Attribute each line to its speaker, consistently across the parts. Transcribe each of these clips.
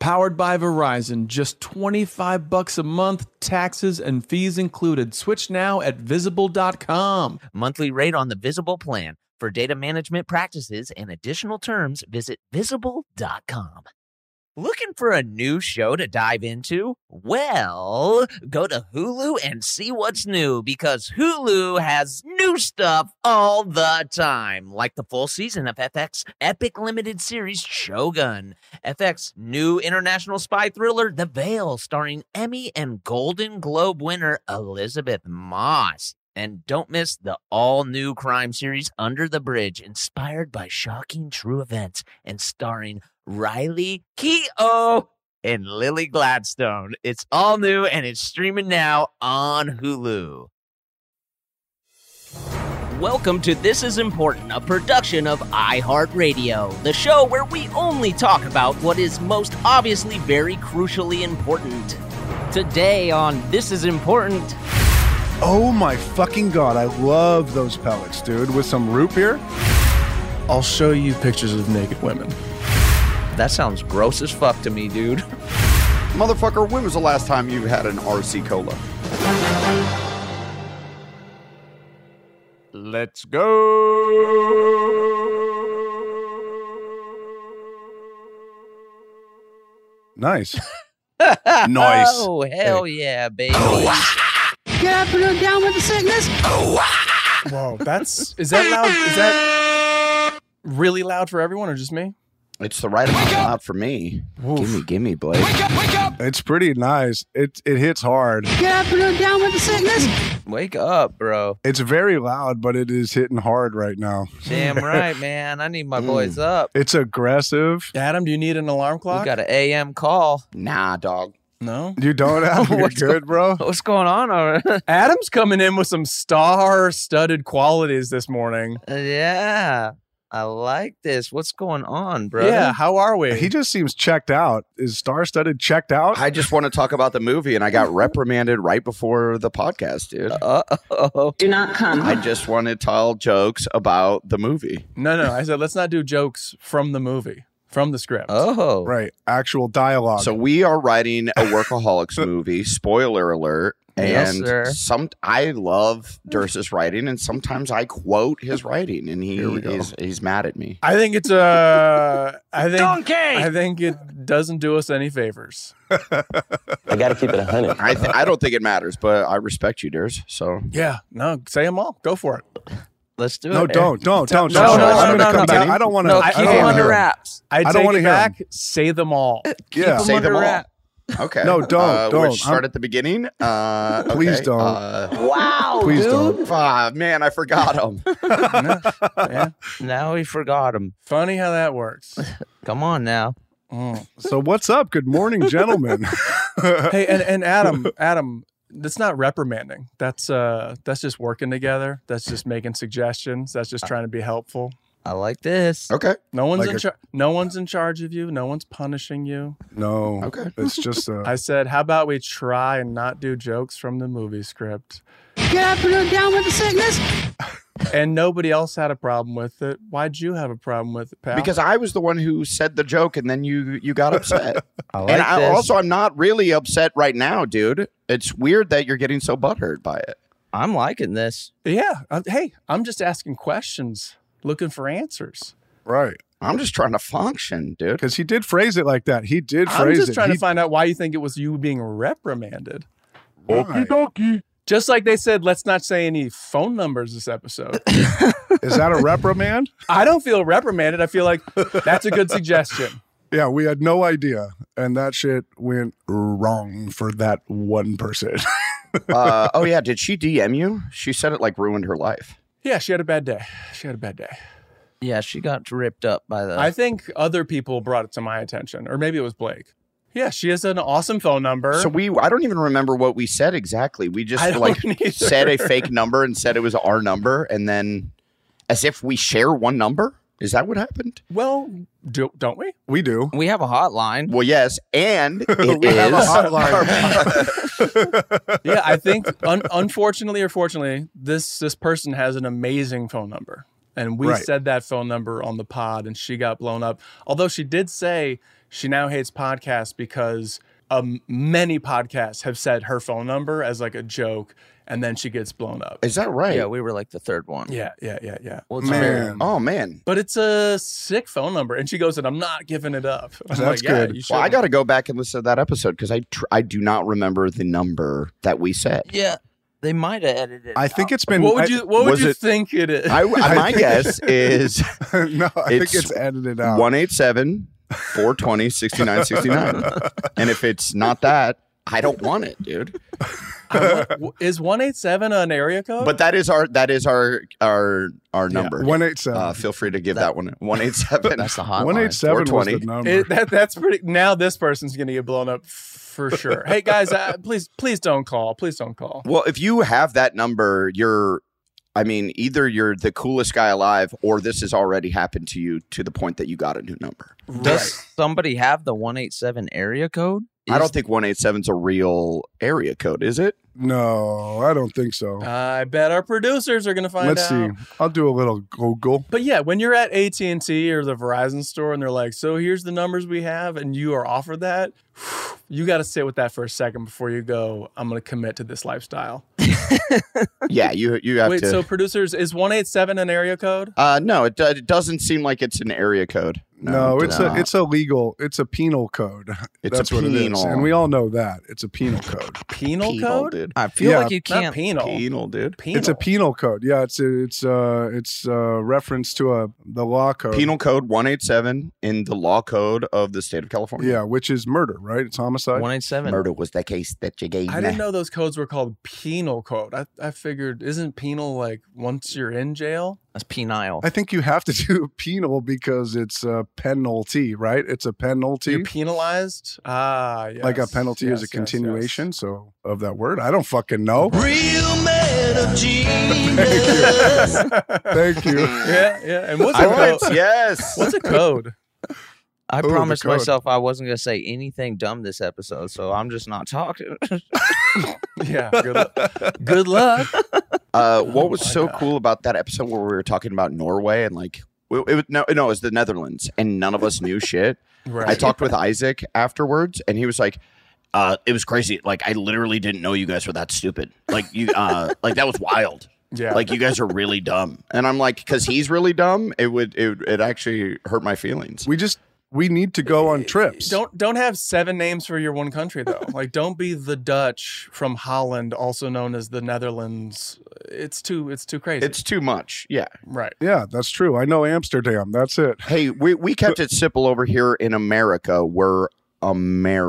Speaker 1: powered by Verizon. Just 25 bucks a month, taxes and fees included. Switch now at visible.com.
Speaker 2: Monthly rate on the visible plan. For data management practices and additional terms, visit visible.com. Looking for a new show to dive into? Well, go to Hulu and see what's new because Hulu has new stuff all the time, like the full season of FX epic limited series Shogun, FX new international spy thriller The Veil, starring Emmy and Golden Globe winner Elizabeth Moss. And don't miss the all new crime series Under the Bridge, inspired by shocking true events and starring Riley Keough and Lily Gladstone. It's all new and it's streaming now on Hulu.
Speaker 3: Welcome to This Is Important, a production of iHeartRadio, the show where we only talk about what is most obviously very crucially important. Today on This Is Important,
Speaker 4: Oh my fucking god, I love those pellets, dude. With some root beer, I'll show you pictures of naked women.
Speaker 2: That sounds gross as fuck to me, dude.
Speaker 5: Motherfucker, when was the last time you had an RC Cola?
Speaker 2: Let's go.
Speaker 4: Nice.
Speaker 2: nice.
Speaker 4: Nice.
Speaker 2: Oh, hell yeah, baby.
Speaker 3: Oh,
Speaker 1: Whoa, Oh, that's is that loud? Is that really loud for everyone or just me?
Speaker 5: It's the right amount not for me. Give me, give me, Blake.
Speaker 4: It's pretty nice. It it hits hard.
Speaker 2: Wake up, bro.
Speaker 4: It's very loud, but it is hitting hard right now.
Speaker 2: Damn right, man. I need my
Speaker 5: Mm.
Speaker 2: boys up.
Speaker 4: It's aggressive.
Speaker 1: Adam, do you need an alarm clock?
Speaker 2: We got an AM call.
Speaker 5: Nah, dog.
Speaker 1: no.
Speaker 4: You don't have you're
Speaker 2: What's
Speaker 4: good, bro.
Speaker 2: What's going on? Over-
Speaker 1: Adam's coming in with some star-studded qualities this morning.
Speaker 2: yeah. I like this. What's going on, bro?
Speaker 1: Yeah, how are we?
Speaker 4: He just seems checked out. Is star studded checked out?
Speaker 5: I just want to talk about the movie, and I got reprimanded right before the podcast, dude.
Speaker 2: Uh-oh.
Speaker 6: Do not come.
Speaker 5: I just want to tell jokes about the movie.
Speaker 1: no, no, I said let's not do jokes from the movie, from the script.
Speaker 2: Oh.
Speaker 4: Right. Actual dialogue.
Speaker 5: So we are writing a workaholics movie. Spoiler alert. And
Speaker 2: Yes, sir.
Speaker 5: some I love Durst's writing, and sometimes I quote his writing, and he
Speaker 4: Here we go.
Speaker 5: is he's mad at me.
Speaker 1: I think it's uh I think I think it doesn't do us any favors.
Speaker 7: I got to keep it 100.
Speaker 5: I th- I don't think it matters, but I respect you, Durst. So
Speaker 1: Yeah, no, say them all. Go for it.
Speaker 2: Let's do it.
Speaker 4: no, don't, don't, don't.
Speaker 1: No,
Speaker 4: don't.
Speaker 1: no, no,
Speaker 4: I'm gonna
Speaker 1: no,
Speaker 4: come
Speaker 1: no,
Speaker 4: down.
Speaker 5: no.
Speaker 4: I don't want to.
Speaker 2: No,
Speaker 4: I
Speaker 2: keep
Speaker 4: don't
Speaker 2: him
Speaker 4: wanna
Speaker 2: under
Speaker 4: hear it.
Speaker 2: wraps.
Speaker 1: I,
Speaker 4: don't
Speaker 1: take
Speaker 4: wanna
Speaker 1: it
Speaker 4: hear 'em.
Speaker 1: back. Say them all.
Speaker 4: Yeah.
Speaker 2: Keep
Speaker 5: Say
Speaker 2: 'em
Speaker 5: them
Speaker 2: under
Speaker 5: all.
Speaker 2: wrap.
Speaker 5: okay,
Speaker 4: No, don't,
Speaker 5: Uh,
Speaker 4: don't.
Speaker 5: We should start
Speaker 4: I'm-
Speaker 5: at the beginning. Uh,
Speaker 4: Please
Speaker 5: okay,
Speaker 4: don't.
Speaker 5: Uh,
Speaker 4: Please don't.
Speaker 5: ah, man, I forgot him.
Speaker 1: Yeah.
Speaker 2: Now we forgot him.
Speaker 1: Funny how that works.
Speaker 2: Come on now.
Speaker 1: Mm.
Speaker 4: So what's up? Good morning, gentlemen.
Speaker 1: Hey, and, and Adam, Adam, that's not reprimanding. That's uh that's just working together. That's just making suggestions. That's just trying to be helpful.
Speaker 2: I like this.
Speaker 5: Okay,
Speaker 1: No one's
Speaker 4: Like
Speaker 1: in
Speaker 4: a-
Speaker 1: char- no one's in charge of you. No one's punishing you.
Speaker 4: No.
Speaker 5: Okay.
Speaker 4: It's just uh,
Speaker 1: I said, how about we try and not do jokes from the movie script? And nobody else had a problem with it. Why'd you have a problem with it, pal?
Speaker 5: because I was the one who said the joke, and then you you got upset.
Speaker 2: I like
Speaker 5: and I,
Speaker 2: this.
Speaker 5: also, I'm not really upset right now, dude. It's weird that you're getting so butthurt by it.
Speaker 2: I'm liking this.
Speaker 1: yeah,
Speaker 8: uh,
Speaker 1: I'm- hey, I'm just asking questions, looking for answers.
Speaker 4: right
Speaker 5: I'm just trying to function, dude.
Speaker 4: because he did phrase it like that. He did phrase
Speaker 1: I'm just
Speaker 4: it.
Speaker 1: trying
Speaker 4: he,
Speaker 1: to find out why you think it was you being reprimanded.
Speaker 4: Right.
Speaker 1: Okey-dokey.
Speaker 8: Just like they said, let's not say any phone numbers this episode.
Speaker 4: Is that a reprimand?
Speaker 8: I don't feel reprimanded. I feel like that's a good suggestion.
Speaker 4: Yeah, we had no idea. And that shit went wrong for that one person.
Speaker 5: Uh, oh yeah, did she DM you? She said it like ruined her life.
Speaker 8: Yeah, she had a bad day. She had a bad day.
Speaker 2: Yeah, she got ripped up by the.
Speaker 8: I think other people brought it to my attention, or maybe it was Blake. Yeah, she has an awesome phone number.
Speaker 5: So we, I don't even remember what we said exactly. We
Speaker 8: I
Speaker 5: just
Speaker 8: don't
Speaker 5: like
Speaker 8: either.
Speaker 5: said a fake number and said it was our number, and then as if we share one number. Is that what happened?
Speaker 8: Well, do, don't we?
Speaker 4: we do.
Speaker 2: we have a hotline.
Speaker 5: Well, yes, and it
Speaker 4: we have a
Speaker 5: is.
Speaker 4: hotline.
Speaker 8: Yeah, I think un- unfortunately or fortunately, this this person has an amazing phone number, and we
Speaker 4: Right.
Speaker 8: said that phone number on the pod, and she got blown up. Although she did say she now hates podcasts because um, many podcasts have said her phone number as like a joke, and then she gets blown up.
Speaker 5: Is that right?
Speaker 2: Yeah, we were like the third one.
Speaker 8: Yeah, yeah, yeah, yeah. Um,
Speaker 2: Well, it's very-
Speaker 4: Man.
Speaker 5: Oh man.
Speaker 8: But it's a sick phone number, and she goes, "And I'm not giving it up." I'm
Speaker 4: That's
Speaker 8: like, yeah,
Speaker 4: good.
Speaker 8: You should.
Speaker 5: Well, I got to go back and listen to that episode because I tr- I do not remember the number that we said.
Speaker 2: yeah, they might have edited. it
Speaker 4: I think
Speaker 2: out.
Speaker 4: it's been.
Speaker 8: What would
Speaker 4: I-
Speaker 8: you What would
Speaker 5: was
Speaker 8: you
Speaker 5: it-
Speaker 8: think it is?
Speaker 5: I, my guess is
Speaker 4: no, I
Speaker 5: It's
Speaker 4: think it's edited out.
Speaker 5: 187 420 6969. And if it's not that, I don't want it, dude.
Speaker 8: I wa- is one eight seven an area code?
Speaker 5: But that is our that is our our our number.
Speaker 4: One eight seven.
Speaker 5: uh, feel free to give that, one one eight seven.
Speaker 2: that's the hotline.
Speaker 4: One eight seven was the
Speaker 5: 420.
Speaker 4: number.
Speaker 8: It, that, that's pretty. Now this person's gonna get blown up for sure. hey guys, uh, please please don't call. Please don't call.
Speaker 5: Well, if you have that number, you're I mean, either you're the coolest guy alive or this has already happened to you to the point that you got a new number.
Speaker 2: Does somebody have the one eight seven area code?
Speaker 5: I
Speaker 2: Is-
Speaker 5: don't think 187's a real area code, is it?
Speaker 4: no, I don't think so.
Speaker 8: I bet our producers are gonna find
Speaker 4: Let's
Speaker 8: out.
Speaker 4: see. I'll do a little Google.
Speaker 8: But yeah, when you're at AT and T or the Verizon store, and they're like, "So here's the numbers we have," and you are offered that, you got to sit with that for a second before you go. I'm gonna commit to this lifestyle.
Speaker 5: Yeah, you you have
Speaker 8: Wait,
Speaker 5: to
Speaker 8: so producers, is one eight seven an area code?
Speaker 5: Uh, no, it, do- it doesn't seem like it's an area code.
Speaker 4: No, it's
Speaker 5: does
Speaker 4: a
Speaker 5: not.
Speaker 4: it's a legal. It's a penal code.
Speaker 5: It's
Speaker 4: That's
Speaker 5: a
Speaker 4: what it is,
Speaker 5: penal.
Speaker 4: and we all know that it's a penal code.
Speaker 8: Penal,
Speaker 5: penal,
Speaker 8: code?
Speaker 5: dude.
Speaker 2: I feel
Speaker 4: Yeah,
Speaker 2: like you
Speaker 8: Not
Speaker 2: can't.
Speaker 8: penal.
Speaker 5: Penal, dude.
Speaker 8: Penal.
Speaker 4: It's a penal code. Yeah, it's a, it's uh it's uh reference to a the law code.
Speaker 5: Penal code 187 in the law code of the state of California.
Speaker 4: Yeah, which is murder, right? It's homicide.
Speaker 2: One eight seven.
Speaker 5: Murder was the case that you gave
Speaker 8: I
Speaker 5: me.
Speaker 8: didn't know those codes were called penal code. I, I figured isn't penal like once you're in jail?
Speaker 2: That's penile.
Speaker 4: I think you have to do penal because it's a penalty, right? It's a penalty.
Speaker 8: You're penalized? Ah, yes.
Speaker 4: like a penalty
Speaker 8: yes,
Speaker 4: is a
Speaker 8: yes, yes.
Speaker 4: continuation, so of that word, I don't fucking know. Thank you.
Speaker 8: yeah, yeah. And what's
Speaker 5: I
Speaker 8: a
Speaker 5: wrote-
Speaker 8: code?
Speaker 5: yes.
Speaker 8: What's a code?
Speaker 2: I
Speaker 4: the
Speaker 2: promised
Speaker 4: code.
Speaker 2: myself I wasn't going to say anything dumb this episode, so I'm just not talking.
Speaker 8: Yeah. Good luck. Good luck.
Speaker 5: Uh, what was
Speaker 8: Oh my
Speaker 5: so
Speaker 8: God.
Speaker 5: cool about that episode where we were talking about Norway and like, it, it, was- no, no, it was the Netherlands and none of us knew shit.
Speaker 8: Right.
Speaker 5: I talked with Isaac afterwards, and he was like, uh, "It was crazy. Like I literally didn't know you guys were that stupid. Like you, uh, like that was wild.
Speaker 8: Yeah.
Speaker 5: Like you guys are really dumb." And I'm like, "Cause he's really dumb. It would, it, would- it actually hurt my feelings."
Speaker 4: We just we need to go on trips.
Speaker 8: don't don't have seven names for your one country though. Like don't be the Dutch from Holland, also known as the Netherlands. It's too it's too crazy.
Speaker 5: It's too much. Yeah.
Speaker 8: right.
Speaker 4: Yeah, that's true. I know Amsterdam. That's it.
Speaker 5: Hey, we we kept it simple over here in America. We're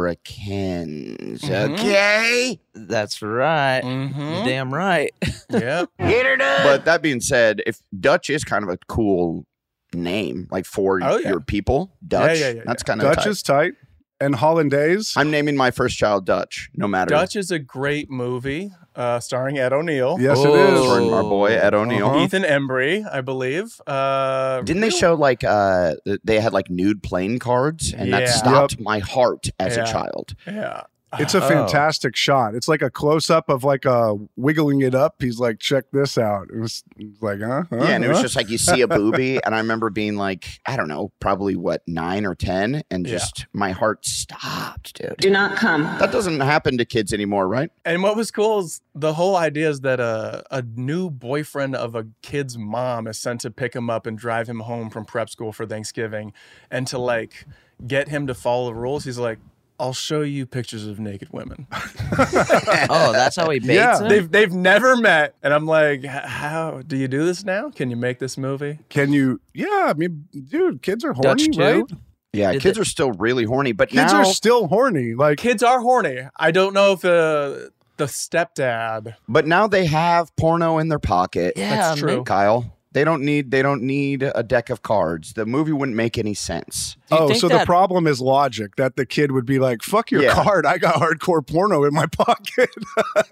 Speaker 5: Americans.
Speaker 8: Mhm.
Speaker 5: Okay.
Speaker 2: That's right. You're
Speaker 8: Mm-hmm.
Speaker 2: Damn right.
Speaker 8: Yeah.
Speaker 5: But that being said, if Dutch is kind of a cool name, like for
Speaker 8: Oh, yeah.
Speaker 5: your people, Dutch.
Speaker 8: yeah, yeah,
Speaker 5: that's kind of
Speaker 4: Dutch is tight and Hollandaise.
Speaker 5: I'm naming my first child Dutch, no matter.
Speaker 8: Dutch is a great movie, uh, starring Ed O'Neill,
Speaker 4: yes,
Speaker 5: For
Speaker 4: it
Speaker 2: Oh.
Speaker 4: is.
Speaker 5: our boy Ed O'Neill.
Speaker 4: Uh-huh.
Speaker 8: Ethan Embry, I believe. Uh,
Speaker 5: Didn't they show like uh th- they had like nude playing cards, and that
Speaker 8: Yeah.
Speaker 5: stopped my heart as
Speaker 8: Yeah.
Speaker 5: a child.
Speaker 8: Yeah.
Speaker 4: It's a
Speaker 2: Oh.
Speaker 4: fantastic shot. It's like a close up of like a wiggling it up. He's like, check this out. It was like, "Uh-huh, huh? huh,
Speaker 5: Yeah, and it was
Speaker 4: huh?
Speaker 5: just like you see a boobie, and I remember being like, I don't know, probably what nine or ten, and
Speaker 8: Yeah.
Speaker 5: just my heart stopped, dude.
Speaker 6: Do not come.
Speaker 5: That doesn't happen to kids anymore, right?
Speaker 8: And what was cool is the whole idea is that a, a new boyfriend of a kid's mom is sent to pick him up and drive him home from prep school for Thanksgiving. And to like get him to follow the rules, he's like,
Speaker 1: I'll show you pictures of naked women.
Speaker 2: Oh, that's how he baits
Speaker 4: Yeah,
Speaker 2: him?
Speaker 1: They've they've never met, and I'm like, "H- how do you do this now? Can you make this movie?
Speaker 4: Can you? Yeah, I mean, dude, kids are horny,
Speaker 2: Dutch
Speaker 4: right?
Speaker 2: Jew?
Speaker 5: Yeah,
Speaker 2: Did
Speaker 5: kids
Speaker 2: the-
Speaker 5: are still really horny, but
Speaker 4: Kids
Speaker 5: now
Speaker 4: are still horny. Like,
Speaker 1: Kids are horny. I don't know if the the stepdad.
Speaker 5: but now they have porno in their pocket.
Speaker 2: Yeah,
Speaker 1: That's
Speaker 2: man.
Speaker 1: true.
Speaker 5: Kyle, they don't need they don't need a deck of cards. The movie wouldn't make any sense.
Speaker 2: Do you
Speaker 4: oh,
Speaker 2: think
Speaker 4: so the
Speaker 2: that-
Speaker 4: problem is logic that the kid would be like, "Fuck your
Speaker 5: Yeah.
Speaker 4: card, I got hardcore porno in my pocket."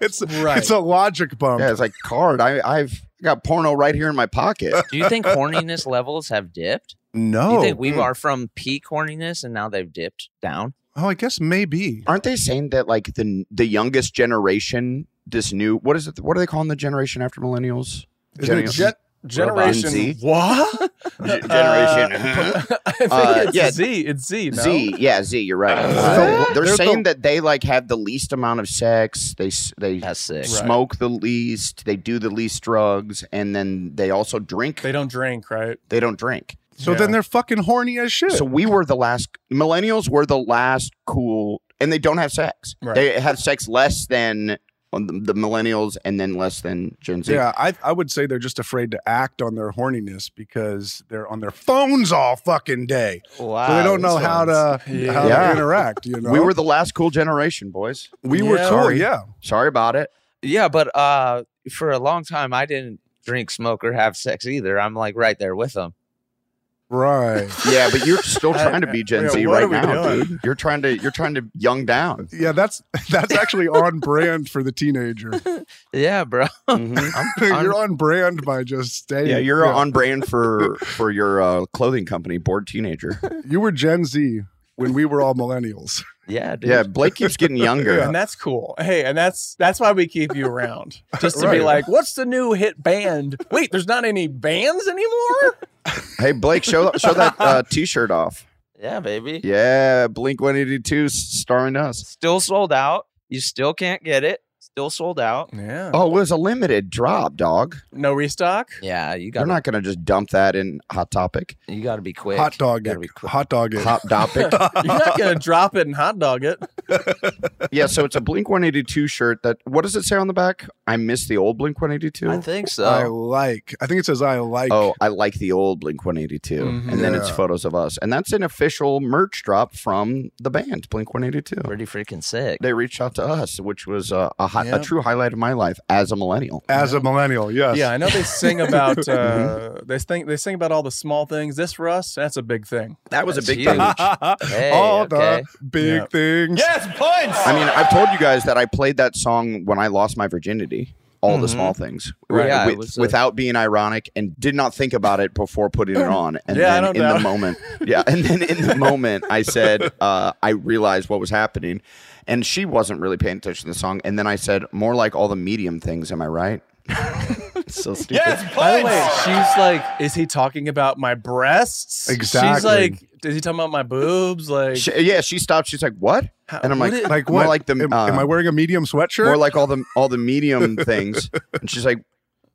Speaker 4: it's
Speaker 1: Right.
Speaker 4: it's a logic bump.
Speaker 5: Yeah, it's like card. I I've got porno right here in my pocket.
Speaker 2: Do you think horniness levels have dipped? Do
Speaker 4: No.
Speaker 2: you think we are from peak horniness and now they've dipped down?
Speaker 4: oh, I guess maybe.
Speaker 5: Aren't they saying that like the the youngest generation, this new what is it? What are they calling the generation after millennials?
Speaker 4: Isn't it
Speaker 5: Gen-
Speaker 4: jet-
Speaker 1: Generation
Speaker 5: Z?
Speaker 1: what?
Speaker 5: G- generation,
Speaker 1: Uh, I think
Speaker 5: Uh,
Speaker 1: it's
Speaker 5: yeah.
Speaker 1: Z. It's Z. no?
Speaker 5: Z, yeah, Z. You're right.
Speaker 4: What?
Speaker 5: They're,
Speaker 4: Uh, They're
Speaker 5: saying
Speaker 4: the-
Speaker 5: that they like have the least amount of sex. They s- they
Speaker 2: That's sick.
Speaker 1: Right.
Speaker 5: smoke the least. They do the least drugs, and then they also drink.
Speaker 1: They don't drink, right?
Speaker 5: they don't drink.
Speaker 4: So
Speaker 1: Yeah.
Speaker 4: then they're fucking horny as shit.
Speaker 5: So
Speaker 4: So,
Speaker 5: we were the last millennials were the last cool, and they don't have sex.
Speaker 1: Right.
Speaker 5: They have sex less than um, the the millennials, and then less than Gen Z.
Speaker 4: yeah, I, I would say they're just afraid to act on their horniness because they're on their phones all fucking day.
Speaker 2: Wow.
Speaker 4: so they don't know
Speaker 2: this
Speaker 4: how
Speaker 2: one's-
Speaker 4: to how
Speaker 5: Yeah.
Speaker 4: to interact. You know,
Speaker 5: We were the last cool generation, boys.
Speaker 4: we were
Speaker 1: Yeah.
Speaker 4: cool.
Speaker 1: Sorry.
Speaker 4: Yeah,
Speaker 5: Sorry about it.
Speaker 2: Yeah, but uh, for a long time, I didn't drink, smoke, or have sex either. I'm like right there with them.
Speaker 4: right.
Speaker 5: Yeah, but you're still trying to be Gen
Speaker 4: Yeah,
Speaker 5: Z
Speaker 4: what
Speaker 5: right
Speaker 4: are we
Speaker 5: now,
Speaker 4: doing?
Speaker 5: dude. You're trying to you're trying to young down.
Speaker 4: Yeah, that's that's actually on brand for the teenager.
Speaker 2: Yeah, bro. I'm, I'm-
Speaker 4: you're on brand by just staying.
Speaker 5: Yeah, you're on brand for for your uh, clothing company, bored teenager.
Speaker 4: You were Gen Z when we were all millennials.
Speaker 2: yeah, dude.
Speaker 5: Yeah, Blake keeps getting younger.
Speaker 1: And that's cool. Hey, and that's that's why we keep you around, just to be
Speaker 4: Right.
Speaker 1: like, what's the new hit band? Wait, there's not any bands anymore.
Speaker 5: Hey, Blake, show show that uh, t-shirt off.
Speaker 2: Yeah, baby.
Speaker 5: Yeah, Blink One Eighty Two starring us.
Speaker 2: Still sold out. You still can't get it. Still sold out.
Speaker 1: Yeah.
Speaker 5: Oh, it was a limited drop, dog.
Speaker 1: No restock.
Speaker 2: Yeah, you
Speaker 5: They're
Speaker 2: gotta
Speaker 5: not gonna just dump that in Hot Topic.
Speaker 2: you gotta be quick.
Speaker 4: Hot dog
Speaker 2: Gotta
Speaker 4: it.
Speaker 2: be quick.
Speaker 4: Hot dog it.
Speaker 5: Hot Topic.
Speaker 1: You're not gonna drop it and hot dog it.
Speaker 5: yeah, so it's a Blink One Eighty Two shirt. That what does it say on the back? I miss the old Blink One Eighty
Speaker 2: I
Speaker 5: Two.
Speaker 2: think
Speaker 4: I
Speaker 2: so.
Speaker 4: like. I think it says I like.
Speaker 5: Oh, I like the old Blink 182.
Speaker 1: Mhm.
Speaker 2: Mm-hmm.
Speaker 5: And then it's
Speaker 4: Yeah.
Speaker 5: photos of us. And that's an official merch drop from the band, Blink 182.
Speaker 2: Pretty freaking sick.
Speaker 5: they reached out to us, which was uh, a, hi-
Speaker 1: Yeah.
Speaker 5: a true highlight of my life as a millennial.
Speaker 4: as a millennial, yes.
Speaker 1: Yeah, I know they sing about uh, they think they sing about all the small things. This for us, that's a big thing.
Speaker 5: That was
Speaker 2: was a That's
Speaker 5: a
Speaker 2: big
Speaker 5: big
Speaker 2: huge. thing.
Speaker 5: thing.
Speaker 2: Hey,
Speaker 4: all
Speaker 2: okay.
Speaker 4: the big
Speaker 1: Yeah.
Speaker 4: things.
Speaker 1: Yes, points.
Speaker 5: I mean, I've told you guys that I played that song when I lost my virginity. All the
Speaker 2: Mhm.
Speaker 5: small things,
Speaker 2: Right. Yeah, it
Speaker 5: With-
Speaker 2: was a-
Speaker 5: without being ironic, and did not think about it before putting it on. And
Speaker 1: Yeah, I
Speaker 5: then
Speaker 1: don't
Speaker 5: in the
Speaker 1: doubt.
Speaker 5: moment, yeah, and then in the moment, I said, uh, I realized what was happening, and she wasn't really paying attention to the song. And then I said, more like all the medium things. Am I right? so stupid.
Speaker 1: By the way, she's like, is he talking about my breasts? She's
Speaker 4: Exactly.
Speaker 1: like, is he talking about my boobs? Like,
Speaker 5: She- yeah, she stopped. She's like, "What?"
Speaker 1: How-
Speaker 5: And I'm
Speaker 1: what
Speaker 5: like,
Speaker 1: is-
Speaker 4: Like
Speaker 5: More
Speaker 4: what?
Speaker 5: like the,
Speaker 4: am,
Speaker 5: uh,
Speaker 4: am I wearing a medium sweatshirt?
Speaker 5: more like all the all the medium things. And she's like,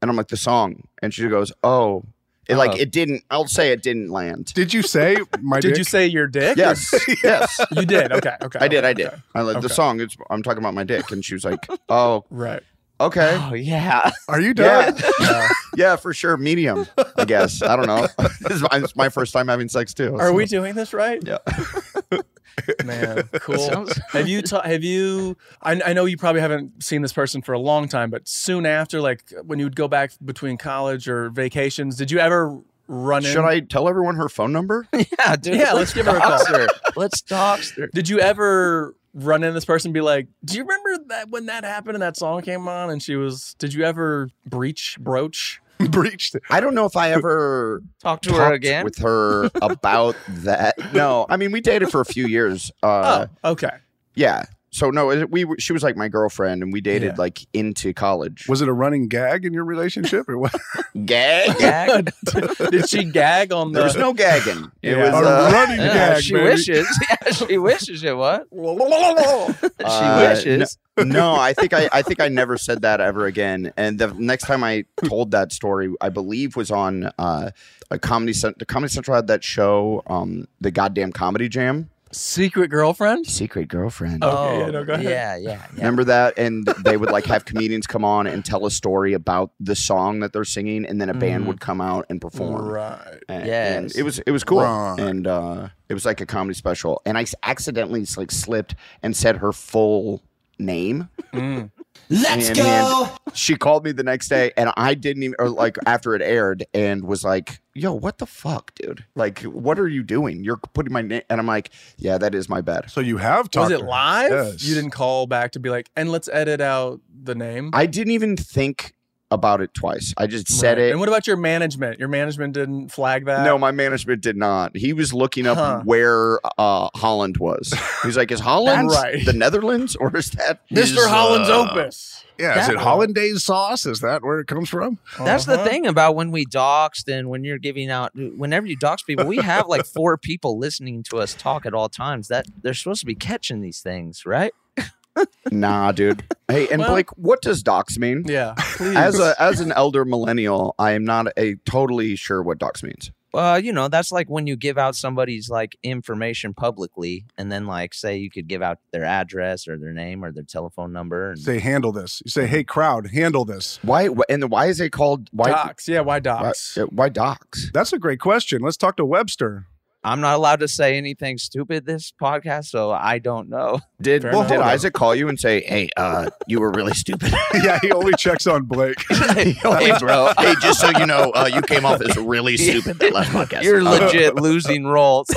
Speaker 5: and I'm like the song, and she goes, oh, it,
Speaker 2: Oh.
Speaker 5: like it didn't. I'll say it didn't land.
Speaker 4: Did you say my
Speaker 1: did
Speaker 4: dick?
Speaker 1: you say your dick?
Speaker 5: Yes, yes,
Speaker 1: you did. Okay, okay.
Speaker 5: I did, I
Speaker 1: okay,
Speaker 5: did.
Speaker 1: okay.
Speaker 5: I like the
Speaker 1: Okay.
Speaker 5: song. It's I'm talking about my dick, and she was like, oh,
Speaker 1: Right.
Speaker 5: okay,
Speaker 2: Oh yeah.
Speaker 4: Are you
Speaker 5: yeah,
Speaker 4: done?
Speaker 5: yeah, for sure, medium. I guess I don't know. this is my, it's my first time having sex too.
Speaker 1: Are
Speaker 5: so-
Speaker 1: we doing this right?
Speaker 5: Yeah.
Speaker 1: Man, cool. have you ta- have you I, I know you probably haven't seen this person for a long time, but soon after like when you would go back between college or vacations, did you ever run in
Speaker 5: Should I tell everyone her phone number?
Speaker 2: Yeah, dude.
Speaker 1: Yeah, let's give her a call.
Speaker 2: dox her. Let's dox her.
Speaker 1: Did you ever run in this person and be like, "Do you remember that when that happened and that song came on and she was did you ever breach broach?"
Speaker 4: Breached it.
Speaker 5: I don't know if I ever
Speaker 2: Talk to her
Speaker 5: talked
Speaker 2: again.
Speaker 5: with her about that. No, I mean we dated for a few years. Uh,
Speaker 1: oh, okay.
Speaker 5: Yeah. So no, it- we were- she was like my girlfriend, and we dated
Speaker 1: Yeah.
Speaker 5: like into college.
Speaker 4: Was it a running gag in your relationship or what?
Speaker 5: gag?
Speaker 2: Yeah,
Speaker 1: Did she gag on
Speaker 5: There was
Speaker 1: the
Speaker 5: no gagging. It
Speaker 1: Yeah.
Speaker 4: a
Speaker 5: was. Uh,
Speaker 4: running
Speaker 2: yeah,
Speaker 4: gag.
Speaker 2: she
Speaker 4: baby.
Speaker 2: wishes. Yeah, she wishes it. What? she
Speaker 5: Uh,
Speaker 2: wishes.
Speaker 5: no, I think I, I think I never said that ever again. And the next time I told that story, I believe was on uh, a comedy. Cent- Comedy Central had that show, um, the goddamn comedy jam.
Speaker 1: Secret girlfriend?
Speaker 5: Secret girlfriend.
Speaker 1: Okay, yeah, no, go ahead.
Speaker 2: yeah, yeah, yeah.
Speaker 5: Remember that? And they would like have comedians come on and tell a story about the song that they're singing, and then a band would come out and perform.
Speaker 4: Right.
Speaker 5: And,
Speaker 2: Yes.
Speaker 5: and it was it was cool,
Speaker 4: Right.
Speaker 5: and uh, it was like a comedy special. And I s- accidentally s- like slipped and said her full name. Mm. Let's go. She called me the next day, and I didn't even or like after it aired, and was like, "Yo, what the fuck, dude? Like, what are you doing? You're putting my name." And I'm like, "Yeah, that is my bad."
Speaker 4: So you have
Speaker 1: Was
Speaker 4: talked. to
Speaker 1: it
Speaker 4: her.
Speaker 1: live?
Speaker 4: Yes.
Speaker 1: You didn't call back to be like, and let's edit out the name.
Speaker 5: I didn't even think about it twice. I just said
Speaker 1: Right.
Speaker 5: it.
Speaker 1: And what about your management? Your management didn't flag that.
Speaker 5: No, my management did not. He was looking up
Speaker 1: Huh.
Speaker 5: where uh, Holland was. He's like, is Holland
Speaker 1: That's right.
Speaker 5: the Netherlands or is that
Speaker 4: Is,
Speaker 1: Mr. Holland's
Speaker 4: uh,
Speaker 1: Opus.
Speaker 4: Yeah. Is
Speaker 2: That
Speaker 4: it
Speaker 2: one.
Speaker 4: hollandaise sauce? Is that where it comes from?
Speaker 2: That's the
Speaker 1: Uh-huh.
Speaker 2: thing about when we doxed and when you're giving out, uh, whenever you dox people, we have like four people listening to us talk at all times. That they're supposed to be catching these things, right?
Speaker 5: Nah, dude. Hey, and
Speaker 1: Well-
Speaker 5: Blake, what does dox mean?
Speaker 1: Yeah. Please.
Speaker 5: As a as an elder millennial, I am not a totally sure what dox means.
Speaker 2: Uh, you know, that's like when you give out somebody's like information publicly, and then like say you could give out their address or their name or their telephone number. And,
Speaker 4: Say handle this. You say, hey crowd, handle this.
Speaker 5: Why wh- and why is it called why
Speaker 1: docs. Yeah, why
Speaker 5: Why,
Speaker 1: docs?
Speaker 5: uh, why dox?
Speaker 4: That's a great question. Let's talk to Webster.
Speaker 2: I'm not allowed to say anything stupid this podcast, so I don't know.
Speaker 5: Did
Speaker 1: Fair enough.
Speaker 5: did Isaac call you and say, "Hey, uh, you were really stupid"?
Speaker 4: yeah, he only checks on Blake.
Speaker 5: hey, bro. Hey, just so you know, uh, you came off as really stupid that last podcast.
Speaker 2: You're
Speaker 5: Uh,
Speaker 2: legit losing roles.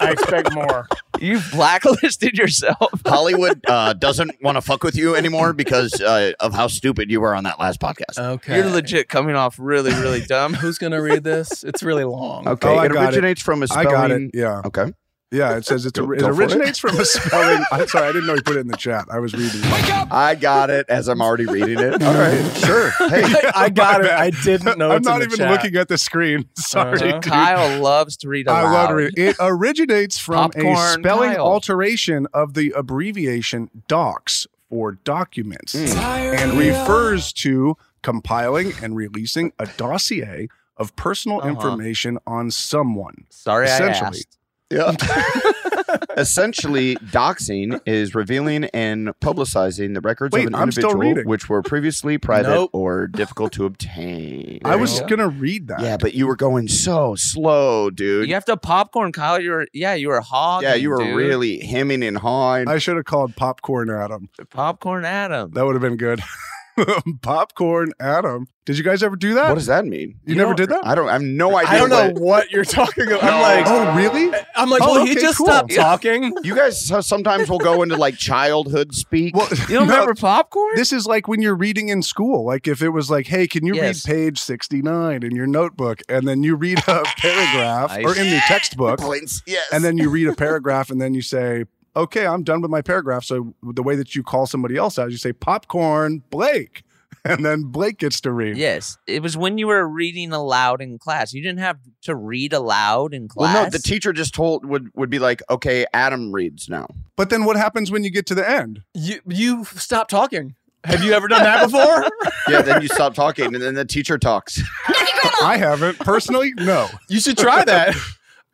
Speaker 1: I expect more.
Speaker 2: you blacklisted yourself.
Speaker 5: Hollywood uh, doesn't want to fuck with you anymore because uh, of how stupid you were on that last podcast.
Speaker 4: Uh,
Speaker 1: Okay.
Speaker 2: You're legit coming off really, really dumb.
Speaker 1: Who's gonna read this? It's really long.
Speaker 5: okay,
Speaker 4: Oh, I
Speaker 5: it
Speaker 4: got it.
Speaker 5: originates from a
Speaker 4: I
Speaker 5: spelling.
Speaker 4: got it. Yeah.
Speaker 5: Okay,
Speaker 4: Yeah. It says it's a,
Speaker 5: Go-
Speaker 4: it
Speaker 5: go for it.
Speaker 4: originates from a spelling. I'm sorry. I didn't know he put it in the chat. I was reading.
Speaker 5: I got it as I'm already reading it. All right, sure. Hey,
Speaker 1: I got it.
Speaker 4: bad.
Speaker 1: I didn't know.
Speaker 4: I'm
Speaker 1: it's in
Speaker 4: not
Speaker 1: the
Speaker 4: even
Speaker 1: chat.
Speaker 4: looking at the screen. Sorry.
Speaker 1: Uh-huh.
Speaker 4: dude.
Speaker 2: Kyle loves to read
Speaker 4: I
Speaker 2: aloud.
Speaker 4: love to read. It originates from a
Speaker 2: Popcorn
Speaker 4: spelling
Speaker 2: Kyle.
Speaker 4: alteration of the abbreviation docs for documents
Speaker 6: Mm.
Speaker 4: and refers to compiling and releasing a dossier of personal
Speaker 2: Uh-huh.
Speaker 4: information on someone.
Speaker 2: Sorry, I
Speaker 4: Essentially.
Speaker 2: asked.
Speaker 5: Yeah. Essentially, doxing is revealing and publicizing the records
Speaker 4: Wait,
Speaker 5: of an
Speaker 4: I'm still
Speaker 5: individual
Speaker 4: reading.
Speaker 5: which were previously private
Speaker 1: Nope.
Speaker 5: or difficult to obtain.
Speaker 4: I was
Speaker 1: you go.
Speaker 4: going to read that.
Speaker 5: Yeah, but you were going so slow, dude.
Speaker 2: You have to popcorn, Kyle. You were yeah, you were hog.
Speaker 5: yeah, you were really hemming and hawing.
Speaker 4: I should have called Popcorn Adam.
Speaker 2: popcorn Adam.
Speaker 4: That would have been good. Popcorn Adam. Did you guys ever do that?
Speaker 5: what does that mean?
Speaker 4: you, never did that?
Speaker 5: I don't. I have no idea.
Speaker 1: I don't know
Speaker 5: what-
Speaker 1: what you're talking about. I'm
Speaker 5: No.
Speaker 1: like, uh,
Speaker 4: oh, really?
Speaker 1: I'm like,
Speaker 4: Oh,
Speaker 1: well, he
Speaker 4: okay,
Speaker 1: just
Speaker 4: cool.
Speaker 1: stopped talking.
Speaker 5: You guys so- sometimes will go into like childhood speak.
Speaker 4: Well,
Speaker 2: You don't
Speaker 4: no,
Speaker 2: remember popcorn?
Speaker 4: This is like when you're reading in school. Like if it was like, "Hey, can you
Speaker 2: Yes.
Speaker 4: read page 69 in your notebook?" and then you read a paragraph or in your textbook,
Speaker 5: points. Yes.
Speaker 4: and then you read a paragraph and then you say, "Okay, I'm done with my paragraph." So the way that you call somebody else out, you say, "Popcorn Blake." And then Blake gets to read.
Speaker 2: yes, it was when you were reading aloud in class. You didn't have to read aloud in class.
Speaker 5: Well, no, the teacher just told would would be like, okay, Adam reads now.
Speaker 4: But then what happens when you get to the end?
Speaker 1: You you stopped talking. Have you ever done that before?
Speaker 5: Yeah, then you stop talking, and then the teacher talks.
Speaker 4: I haven't personally. No.
Speaker 1: You should try that.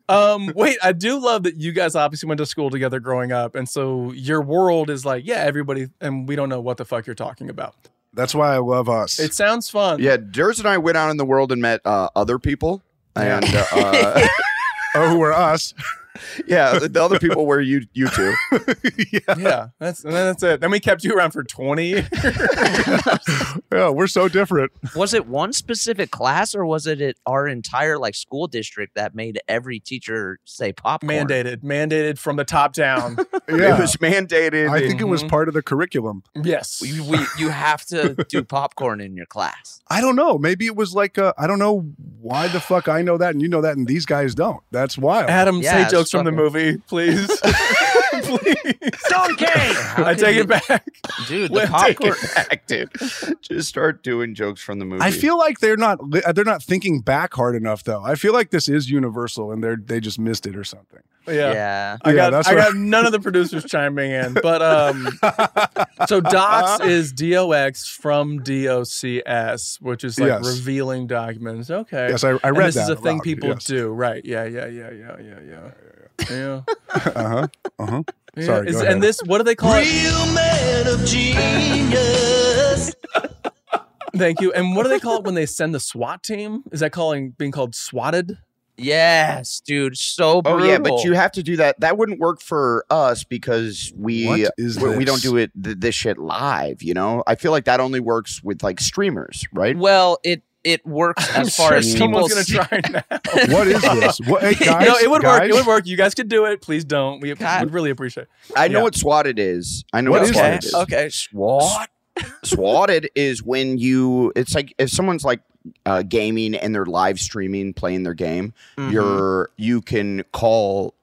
Speaker 1: Um, wait, I do love that you guys obviously went to school together growing up, and so your world is like, yeah, everybody, and we don't know what the fuck you're talking about.
Speaker 4: That's why I love us.
Speaker 1: It sounds fun.
Speaker 5: Yeah, Durs and I went out in the world and met uh, other people, and uh,
Speaker 4: oh, who are us?
Speaker 5: yeah, the, the other people were you you two.
Speaker 1: yeah. That's and then that's it. Then we kept you around for twenty. years.
Speaker 4: Yeah, we're so different.
Speaker 2: was it one specific class or was it at our entire like school district that made every teacher say popcorn?
Speaker 1: mandated, mandated from the top down.
Speaker 4: Yeah.
Speaker 5: It was mandated.
Speaker 4: I think it was
Speaker 1: Mhm.
Speaker 4: part of the curriculum.
Speaker 1: yes.
Speaker 2: We, we, you have to do popcorn in your class.
Speaker 4: I don't know. Maybe it was like uh, I I don't know why the fuck I know that and you know that and these guys don't. That's wild.
Speaker 1: Adam,
Speaker 2: Yeah,
Speaker 1: say
Speaker 2: it's
Speaker 1: jokes from the
Speaker 2: fucking-
Speaker 1: movie, please. please. I take it back.
Speaker 2: dude. The
Speaker 1: Well, take
Speaker 2: popcorn.
Speaker 5: back, dude. Just start doing jokes from the movie.
Speaker 4: I feel like they're not li- they're not thinking back hard enough though. I feel like this is universal and they're they just missed it or something.
Speaker 1: Yeah.
Speaker 2: yeah.
Speaker 1: I
Speaker 4: Yeah,
Speaker 1: got
Speaker 4: that's
Speaker 1: I
Speaker 4: what-
Speaker 1: got none of the producers chiming in, but um, so docs is dox from docs, which is like
Speaker 4: Yes.
Speaker 1: revealing documents. Okay,
Speaker 4: Yes, I, I
Speaker 1: And
Speaker 4: read
Speaker 1: this
Speaker 4: that.
Speaker 1: is a thing
Speaker 4: aloud.
Speaker 1: people
Speaker 4: Yes.
Speaker 1: do, right? Yeah, yeah, yeah, yeah, yeah, yeah. Yeah.
Speaker 4: Uh huh. Uh huh.
Speaker 1: Yeah.
Speaker 4: Sorry, go
Speaker 1: Is-
Speaker 4: ahead.
Speaker 1: and this, what do they call it? Thank you. And what do they call it when they send the SWAT team? Is that calling being called swatted?
Speaker 2: Yes, dude. So
Speaker 5: Oh
Speaker 2: brutal.
Speaker 5: yeah, but you have to do that. That wouldn't work for us because we
Speaker 4: What is
Speaker 5: we, we don't
Speaker 4: this?
Speaker 5: do it th- this shit live. You know, I feel like that only works with like streamers, right?
Speaker 2: well, it it works as far as people.
Speaker 1: someone's gonna try now.
Speaker 4: What is this? What, hey, guys,
Speaker 1: no, it would work.
Speaker 4: guys,
Speaker 1: It would work. You guys could do it. Please don't. We
Speaker 2: God.
Speaker 1: would really appreciate.
Speaker 5: I know
Speaker 1: yeah.
Speaker 5: what swatted is. I know
Speaker 4: What
Speaker 5: what,
Speaker 4: is
Speaker 5: swatted
Speaker 4: that?
Speaker 5: is.
Speaker 2: Okay, SWAT.
Speaker 5: swatted is when you. It's like if someone's like uh, gaming and they're live streaming, playing their game.
Speaker 4: Mm-hmm.
Speaker 5: You're you can call.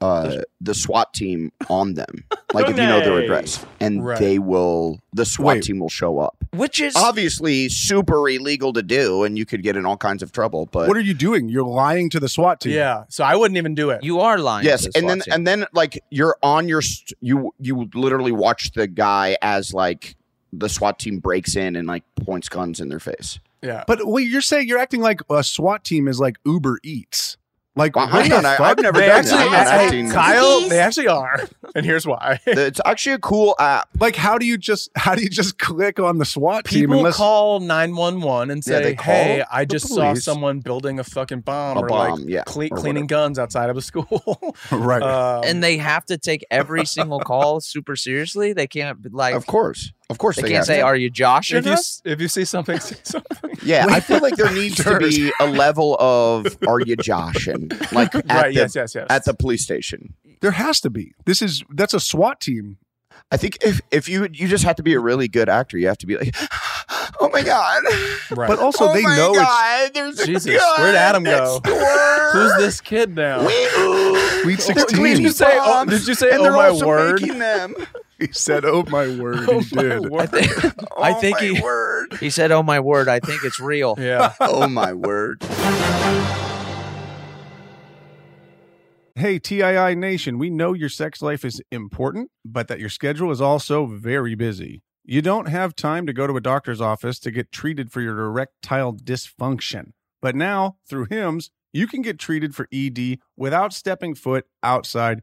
Speaker 5: Uh, the SWAT team on them, like if you know their
Speaker 6: Hooray.
Speaker 5: address, and
Speaker 1: Right.
Speaker 5: they will. The SWAT
Speaker 4: Wait.
Speaker 5: team will show up.
Speaker 2: which is
Speaker 5: obviously super illegal to do, and you could get in all kinds of trouble. But
Speaker 4: What are you doing? You're lying to the SWAT team.
Speaker 1: Yeah. So I wouldn't even do it.
Speaker 2: you are lying.
Speaker 5: yes,
Speaker 2: to the
Speaker 5: and then
Speaker 2: SWAT team.
Speaker 5: and then like you're on your st- you you literally watch the guy as like the SWAT team breaks in and like points guns in their face.
Speaker 1: yeah.
Speaker 4: But well, you're saying you're acting like a SWAT team is like Uber Eats. Like
Speaker 5: Well,
Speaker 4: what
Speaker 5: I'm
Speaker 4: the
Speaker 5: not- I-
Speaker 4: fuck?
Speaker 5: I've never
Speaker 4: They
Speaker 5: done
Speaker 4: actually-
Speaker 5: that. I'm not
Speaker 4: I- I-
Speaker 5: acting-
Speaker 1: Kyle, they actually are, and here's why.
Speaker 5: It's actually a cool app.
Speaker 4: Like how do you just how do you just click on the SWAT team
Speaker 1: People
Speaker 4: unless
Speaker 1: call nine one one and
Speaker 5: Yeah,
Speaker 1: say,
Speaker 5: they call
Speaker 1: "Hey, I
Speaker 5: the
Speaker 1: just saw
Speaker 5: police.
Speaker 1: someone building a fucking bomb
Speaker 5: A
Speaker 1: or
Speaker 5: bomb,
Speaker 1: like
Speaker 5: yeah,
Speaker 1: cle-
Speaker 5: or
Speaker 1: cleaning guns outside of a school."
Speaker 4: right?
Speaker 5: uh,
Speaker 1: Um,
Speaker 2: and they have to take every single call super seriously. They can't be like
Speaker 5: Of course, of course,
Speaker 2: they,
Speaker 5: they,
Speaker 2: can't
Speaker 5: have
Speaker 2: say,
Speaker 5: to.
Speaker 2: "Are you Josh?"
Speaker 1: if you s- if you see something, say something.
Speaker 5: Yeah, I feel like there needs to be a level of "Are you Josh?" and like at
Speaker 1: right?
Speaker 5: the
Speaker 1: yes, yes, yes.
Speaker 5: at the police station.
Speaker 4: there has to be. This is that's a SWAT team.
Speaker 5: I think if if you you just have to be a really good actor, you have to be like, "Oh my god." Oh
Speaker 1: right.
Speaker 4: But oh also they know
Speaker 5: God, there's a
Speaker 1: Jesus,
Speaker 5: gun
Speaker 1: where'd Adam
Speaker 5: next
Speaker 1: go?
Speaker 5: door.
Speaker 1: Who's this kid now?
Speaker 4: it's Sweet
Speaker 5: They're
Speaker 1: Did you
Speaker 5: cleaning
Speaker 4: 16.
Speaker 1: say? Oh,
Speaker 5: bombs,
Speaker 1: did you say?
Speaker 5: and
Speaker 1: Oh
Speaker 5: they're
Speaker 1: my
Speaker 5: also
Speaker 1: word!
Speaker 5: making them.
Speaker 4: He said, "Oh my word,
Speaker 1: Oh
Speaker 4: he
Speaker 1: my
Speaker 4: did."
Speaker 1: word.
Speaker 5: Oh
Speaker 2: I think
Speaker 5: my
Speaker 2: he-
Speaker 5: word.
Speaker 2: He said, "Oh my word, I think it's real."
Speaker 1: Yeah.
Speaker 5: Oh my word.
Speaker 4: Hey, TII Nation, we know your sex life is important, but that your schedule is also very busy. You don't have time to go to a doctor's office to get treated for your erectile dysfunction. But now, through HIMS, you can get treated for ED without stepping foot outside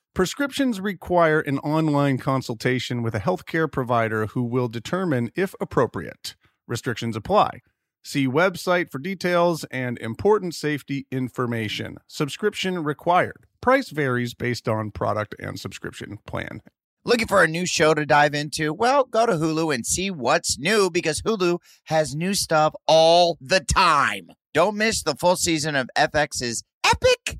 Speaker 4: Prescriptions require an online consultation with a healthcare provider who will determine if appropriate. Restrictions apply. See website for details and important safety information. Subscription required. Price varies based on product and subscription plan.
Speaker 5: Looking for a new show to dive into? Well, go to Hulu and see what's new because Hulu has new stuff all the time. Don't miss the full season of FX's epic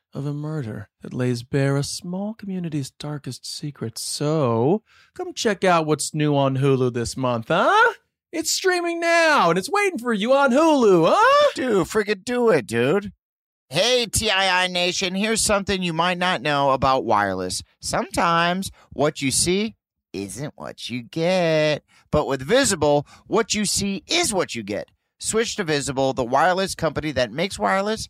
Speaker 1: of a murder that lays bare a small community's darkest secrets. So, come check out what's new on Hulu this month, huh? It's streaming now and it's waiting for you on Hulu, huh?
Speaker 6: Dude, freaking do it, dude. Hey, TII Nation, here's something you might not know about wireless. Sometimes what you see isn't what you get. But with Visible, what you see is what you get. Switch to Visible, the wireless company that makes wireless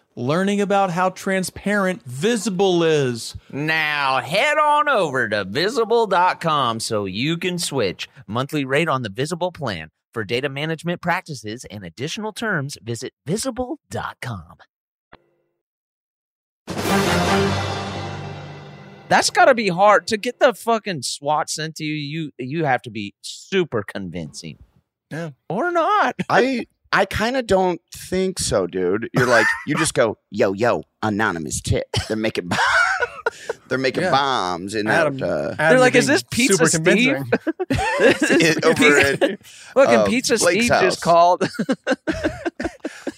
Speaker 1: learning about how transparent Visible is.
Speaker 2: Now head on over to visible.com so you can switch. Monthly rate on the Visible plan. For data management practices and additional terms, visit visible.com. That's got to be hard to get the fucking SWAT sent to you. You you have to be super convincing.
Speaker 5: Yeah.
Speaker 2: Or not.
Speaker 5: I I kind of don't think so, dude. You're like you just go yo yo anonymous tip. They're making bo- they're making
Speaker 4: Yeah.
Speaker 5: bombs in
Speaker 4: Adam-
Speaker 5: that uh,
Speaker 4: Adam
Speaker 2: They're like,
Speaker 4: being
Speaker 2: is this Pizza
Speaker 4: super
Speaker 2: Steve?
Speaker 4: convincing.
Speaker 2: This is-
Speaker 5: it- over at
Speaker 2: Fucking
Speaker 5: uh,
Speaker 2: Pizza
Speaker 5: Blake's
Speaker 2: Steve
Speaker 5: house.
Speaker 2: just called.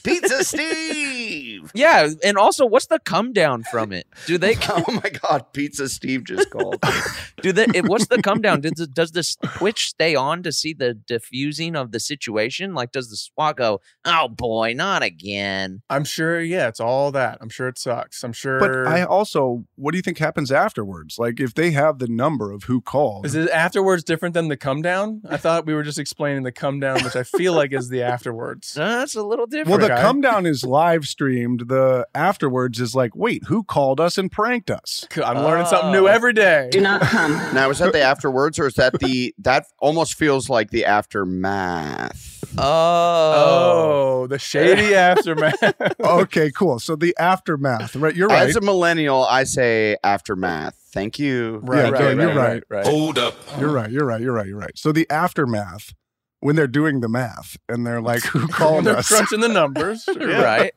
Speaker 5: Pizza Steve.
Speaker 2: yeah, and also, what's the come down from it? Do they
Speaker 5: Oh my God, Pizza Steve just called.
Speaker 2: do they? it- What's the come down? Does, does this Twitch stay on to see the diffusing of the situation? Like, does the SWAT go, "Oh boy, not again"?
Speaker 8: I'm sure, yeah, it's all that. I'm sure it sucks. I'm sure.
Speaker 4: But I also, what do you think happens afterwards? Like, if they have the number of who called,
Speaker 8: is it afterwards different than the come down? I thought we were just explaining the come down, which I feel like is the afterwards.
Speaker 2: Uh, That's a little different.
Speaker 4: well, the
Speaker 8: okay.
Speaker 4: come down is live streamed. The afterwards is like, wait, who called us and pranked us?
Speaker 8: I'm learning something new
Speaker 2: Oh.
Speaker 8: every day.
Speaker 7: Do not come.
Speaker 5: now is that the afterwards or is that the that almost feels like the aftermath?
Speaker 2: oh,
Speaker 8: Oh, the shady aftermath.
Speaker 4: okay, cool. So the aftermath, right? You're right.
Speaker 5: As a millennial, I say aftermath. Thank you.
Speaker 4: Right,
Speaker 5: Thank
Speaker 4: yeah,
Speaker 5: you.
Speaker 4: you're right.
Speaker 8: right.
Speaker 9: Hold up.
Speaker 4: You're right. You're right. You're right. You're right. So the aftermath, when they're doing the math and they're like, who
Speaker 8: When
Speaker 4: called
Speaker 8: they're
Speaker 4: us?
Speaker 8: crunching the numbers.
Speaker 4: Oh.
Speaker 2: right.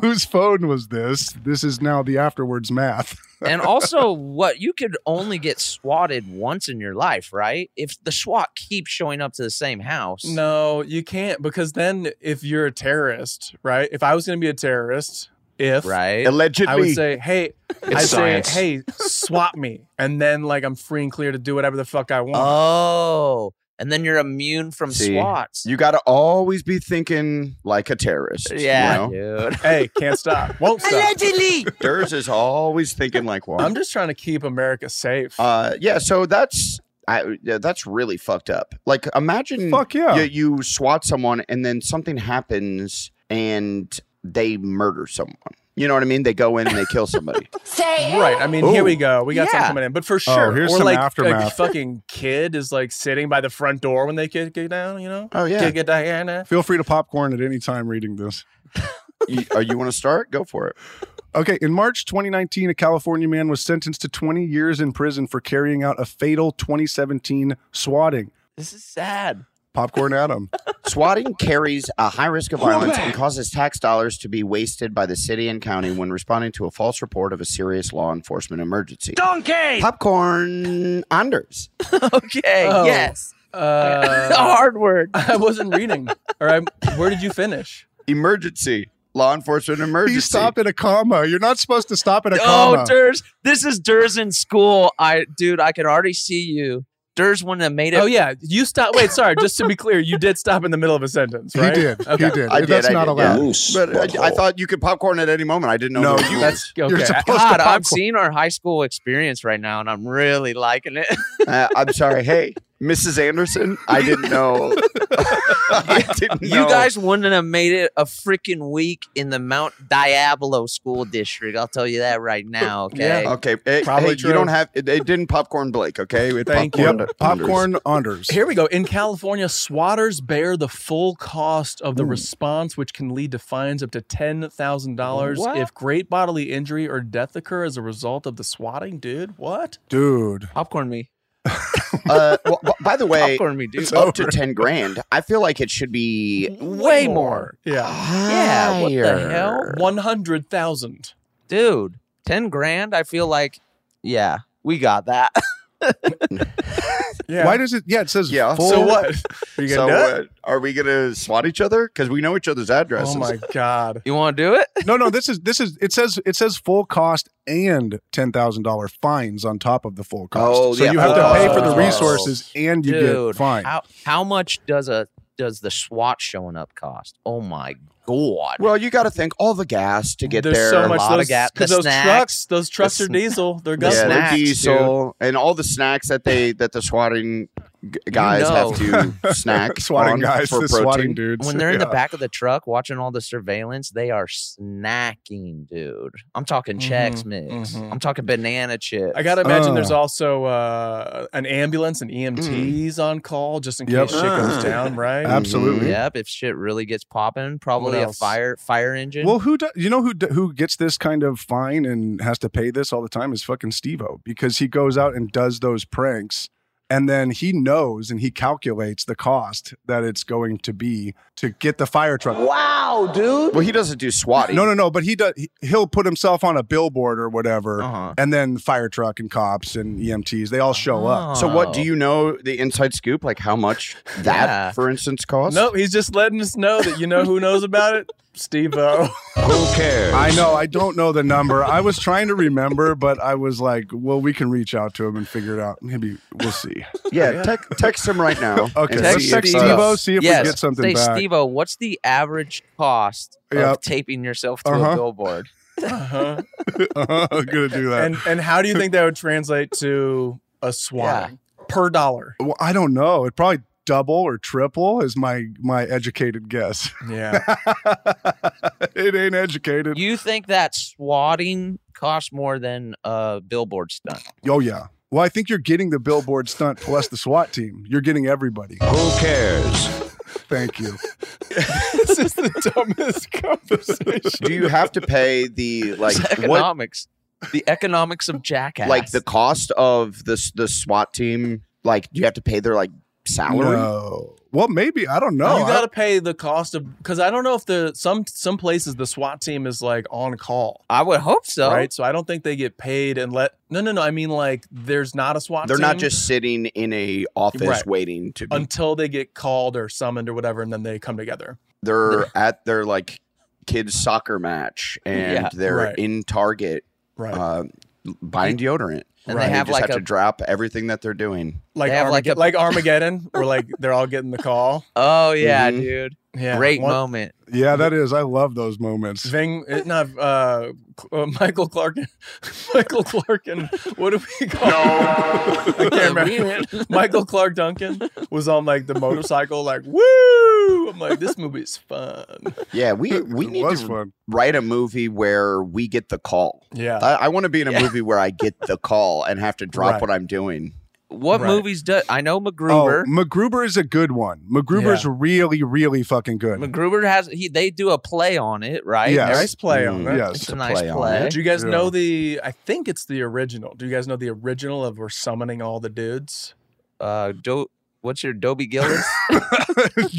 Speaker 4: Whose phone was this? This is now the afterwards math.
Speaker 2: and also, what you could only get swatted once in your life, right? If the SWAT keeps showing up to the same house,
Speaker 8: No, you can't because then if you're a terrorist, right? If I was going to be a terrorist, if
Speaker 2: right?
Speaker 5: Allegedly.
Speaker 8: I would say, hey, I'd
Speaker 9: science.
Speaker 8: say, hey, swap me, and then like I'm free and clear to do whatever the fuck I want.
Speaker 2: Oh, and then you're immune from
Speaker 5: See,
Speaker 2: SWATs.
Speaker 5: You got to always be thinking like a terrorist. you
Speaker 2: yeah,
Speaker 5: know?
Speaker 2: dude.
Speaker 8: hey, can't stop, won't stop.
Speaker 5: Durs is always thinking like one.
Speaker 8: I'm just trying to keep America safe.
Speaker 5: uh, yeah. So that's I, yeah, that's really fucked up. Like, imagine
Speaker 4: Hmm. Fuck yeah.
Speaker 5: you, you swat someone and then something happens and they murder someone. You know what I mean? They go in and they kill somebody.
Speaker 8: Right. I mean, here we go. We got
Speaker 2: Yeah.
Speaker 8: something coming in, but for sure,
Speaker 4: here's
Speaker 8: or
Speaker 4: some
Speaker 8: like a
Speaker 4: aftermath.
Speaker 8: fucking kid is like sitting by the front door when they get, get down. You know,
Speaker 5: oh yeah.
Speaker 8: get, get Diana.
Speaker 4: Feel free to popcorn at any time reading this.
Speaker 5: you, uh, you want to start? Go for it.
Speaker 4: Okay, in March 2019, a California man was sentenced to 20 years in prison for carrying out a fatal 2017 swatting.
Speaker 2: This is sad.
Speaker 4: Popcorn Adam.
Speaker 5: Swatting carries a high risk of violence and causes tax dollars to be wasted by the city and county when responding to a false report of a serious law enforcement emergency.
Speaker 2: Donkey.
Speaker 5: Popcorn Anders.
Speaker 2: Okay.
Speaker 8: Oh.
Speaker 2: Yes. the
Speaker 8: Uh,
Speaker 2: hard word.
Speaker 8: I wasn't reading. All right, where did you finish?
Speaker 5: Emergency. Law enforcement emergency.
Speaker 4: he stopped at a comma. You're not supposed to stop at a
Speaker 2: Oh,
Speaker 4: comma.
Speaker 2: Durs. This is Durs in school. I, dude, I can already see you. Durs wouldn't have made it.
Speaker 8: Oh yeah, you stop. Wait, sorry. Just to be clear, you did stop in the middle of a sentence,
Speaker 4: He
Speaker 8: right?
Speaker 4: did.
Speaker 8: Okay.
Speaker 4: He did.
Speaker 5: I did,
Speaker 4: That's
Speaker 5: I
Speaker 4: not
Speaker 5: did,
Speaker 4: allowed.
Speaker 9: Loose.
Speaker 5: But uh, I, I
Speaker 9: butthole.
Speaker 5: thought you could popcorn at any moment. I didn't know.
Speaker 4: No,
Speaker 5: the
Speaker 4: you-
Speaker 5: rules.
Speaker 8: That's okay.
Speaker 4: You're supposed
Speaker 2: God,
Speaker 4: to
Speaker 2: I'm
Speaker 4: popcorn.
Speaker 2: seeing our high school experience right now, and I'm really liking it.
Speaker 5: Uh, I'm sorry. Hey, Mrs. Anderson, I didn't know. I didn't know.
Speaker 2: You guys wouldn't have made it a freaking week in the Mount Diablo school district. I'll tell you that right now. Okay.
Speaker 5: Okay. Hey,
Speaker 8: Probably
Speaker 5: hey,
Speaker 8: true.
Speaker 5: you don't have. It, it didn't popcorn Blake. Okay. It
Speaker 8: Thank you.
Speaker 5: popcorned
Speaker 4: Yep.
Speaker 5: Anders.
Speaker 4: Popcorn Anders.
Speaker 8: Here we go. In California, swatters bear the full cost of the response, which can lead to fines up to ten thousand dollars
Speaker 2: What?
Speaker 8: if great bodily injury or death occur as a result of the swatting. Dude, what?
Speaker 4: Dude.
Speaker 2: Popcorn me.
Speaker 5: Uh, well, b- by the way,
Speaker 2: Popcorn me, dude.
Speaker 5: it's up to ten grand. I feel like it should be.
Speaker 2: Way more.
Speaker 8: Yeah,
Speaker 2: Yeah, what the
Speaker 5: higher.
Speaker 2: hell?
Speaker 8: one hundred thousand.
Speaker 2: Dude. 10 grand, I feel like, yeah, we got that.
Speaker 1: Yeah.
Speaker 4: Why does it? Yeah, it says
Speaker 5: Yeah.
Speaker 4: full.
Speaker 1: so what? Are you
Speaker 5: so
Speaker 1: gonna do it?
Speaker 5: what? Are we gonna swat each other? Because we know each other's addresses.
Speaker 1: Oh my god.
Speaker 2: you want to do it?
Speaker 4: No, no. This is this is. It says it says full cost and ten thousand dollar fines on top of the full cost.
Speaker 5: Oh,
Speaker 4: so
Speaker 5: yeah,
Speaker 4: you have
Speaker 5: full
Speaker 4: to pay
Speaker 5: cost.
Speaker 4: for the
Speaker 5: Oh.
Speaker 4: resources and you
Speaker 2: Dude,
Speaker 4: get fined.
Speaker 2: How, how much does a does the SWAT showing up cost? Oh my god.
Speaker 5: Well, you got to think all the gas to get
Speaker 8: There's
Speaker 5: there.
Speaker 8: so much
Speaker 2: lot of
Speaker 8: those,
Speaker 2: gas-
Speaker 8: 'cause
Speaker 2: the
Speaker 8: those
Speaker 2: snacks,
Speaker 8: trucks, those trucks are
Speaker 2: sn-
Speaker 8: diesel. They're
Speaker 5: yeah,
Speaker 8: gas.
Speaker 5: the
Speaker 2: snacks, dude.
Speaker 5: diesel and all the snacks that they that the swatting g- guys
Speaker 2: know.
Speaker 5: have to snack
Speaker 4: swatting
Speaker 5: on
Speaker 4: guys,
Speaker 5: for
Speaker 4: the
Speaker 5: protein.
Speaker 4: swatting dudes.
Speaker 2: when they're in the
Speaker 4: Yeah.
Speaker 2: back of the truck watching all the surveillance, they are snacking, dude. I'm talking
Speaker 4: Mm-hmm,
Speaker 2: Chex
Speaker 8: Mhm,
Speaker 2: Mix.
Speaker 8: mhm.
Speaker 2: I'm talking banana chips.
Speaker 8: I gotta imagine
Speaker 4: Oh.
Speaker 8: there's also uh, an ambulance and EMTs on call just in
Speaker 4: Yep.
Speaker 8: case shit goes down,
Speaker 5: Mm-hmm.
Speaker 8: right?
Speaker 4: Absolutely.
Speaker 2: Yep, if shit really gets popping, probably
Speaker 8: What
Speaker 2: a
Speaker 8: else?
Speaker 2: fire fire engine.
Speaker 4: Well, who do, you know who d- who gets this kind of fine and has to pay this all the time is fucking Steve-O because he goes out and does those pranks and then he knows and he calculates the cost that it's going to be to get the fire truck.
Speaker 5: Well, he doesn't do swatting.
Speaker 4: No, no, no, but he does he- he'll put himself on a billboard or whatever
Speaker 2: Uh-huh.
Speaker 4: and then fire truck and cops and EMTs, they all show up.
Speaker 5: So what do
Speaker 2: Oh.
Speaker 5: you know the inside scoop? Like how much that,
Speaker 2: Yeah.
Speaker 5: for instance, costs?
Speaker 8: Nope, he's just letting us know that you know who knows about it? Steve uh, O.
Speaker 7: Who cares?
Speaker 4: I know, I don't know the number. I was trying to remember, but I was like, well, we can reach out to him and figure it out. Maybe we'll see.
Speaker 5: Yeah, tec- text him right now.
Speaker 4: Okay,
Speaker 5: and
Speaker 4: let's
Speaker 5: see
Speaker 4: text
Speaker 5: if, uh,
Speaker 4: Steve-O, see if
Speaker 2: yes.
Speaker 4: we get something
Speaker 2: Say,
Speaker 4: back.
Speaker 2: Steve-O, what's the average cost of
Speaker 4: Yep.
Speaker 2: taping yourself to
Speaker 4: Uh-huh.
Speaker 2: a billboard?
Speaker 8: Uh-huh.
Speaker 4: I'm gonna do that.
Speaker 8: And and how do you think that would translate to a swatting per dollar?
Speaker 4: Well, I don't know. It probably double or triple is my my educated guess.
Speaker 8: Yeah.
Speaker 4: it ain't educated.
Speaker 2: You think that swatting costs more than a billboard stunt?
Speaker 4: oh yeah. Well, I think you're getting the billboard stunt plus the SWAT team. You're getting everybody.
Speaker 7: Who cares?
Speaker 4: Thank you.
Speaker 8: this is the dumbest conversation.
Speaker 5: Do you have to pay the like
Speaker 2: It's
Speaker 5: what
Speaker 2: economics. The economics of jackass.
Speaker 5: like the cost of this the SWAT team? Like, do you have to pay their like salary?
Speaker 4: No. Well, maybe Oh, I don't know.
Speaker 8: you got to pay the cost of because I don't know if the some some places the SWAT team is like on call,
Speaker 2: I would hope so.
Speaker 4: Oh.
Speaker 8: right? So I don't think they get paid and let. No, no, no. I mean like there's not a SWAT.
Speaker 5: They're not
Speaker 8: team
Speaker 5: just sitting in a office
Speaker 8: Right.
Speaker 5: waiting to be.
Speaker 8: until they get called or summoned or whatever, and then they come together.
Speaker 5: they're at their like kids soccer match and
Speaker 2: Yeah.
Speaker 5: they're
Speaker 8: Right.
Speaker 5: in Target
Speaker 8: Right.
Speaker 5: uh, buying deodorant.
Speaker 2: And
Speaker 8: Right.
Speaker 2: they have
Speaker 5: just
Speaker 2: like
Speaker 5: have
Speaker 2: a
Speaker 5: to drop everything that they're doing.
Speaker 8: like
Speaker 2: they have,
Speaker 8: Armaged-
Speaker 2: like,
Speaker 8: like,
Speaker 2: a-
Speaker 8: Armageddon, where like they're all getting the call.
Speaker 2: oh yeah,
Speaker 5: Mhm.
Speaker 2: dude.
Speaker 8: Yeah.
Speaker 2: Great
Speaker 8: One-
Speaker 2: moment.
Speaker 4: yeah, that is. I love those moments.
Speaker 8: Ving, it- not uh, Cl- uh, Michael Clark, Michael Clark, and what do we call? I can't remember. Michael Clark Duncan was on like the motorcycle, like woo. I'm like, this movie is fun.
Speaker 5: Yeah, we we
Speaker 4: it
Speaker 5: need
Speaker 4: was
Speaker 5: to
Speaker 4: fun.
Speaker 5: write a movie where we get the call.
Speaker 8: Yeah,
Speaker 5: I, I want to be in a
Speaker 2: Yeah.
Speaker 5: movie where I get the call and have to drop
Speaker 8: Right.
Speaker 5: what I'm doing.
Speaker 2: What
Speaker 8: Right.
Speaker 2: movies do I know MacGruber?
Speaker 4: Oh, MacGruber is a good one. MacGruber's really, really fucking good.
Speaker 2: MacGruber has he they do a play on it, right?
Speaker 4: Yes.
Speaker 8: nice play on that.
Speaker 4: yes.
Speaker 2: It's a nice
Speaker 5: play on
Speaker 2: play.
Speaker 8: Do you guys
Speaker 4: Yeah.
Speaker 8: know the? I think it's the original. Do you guys know the original of we're summoning all the dudes?
Speaker 2: Uh do what's your Dobie Gillis?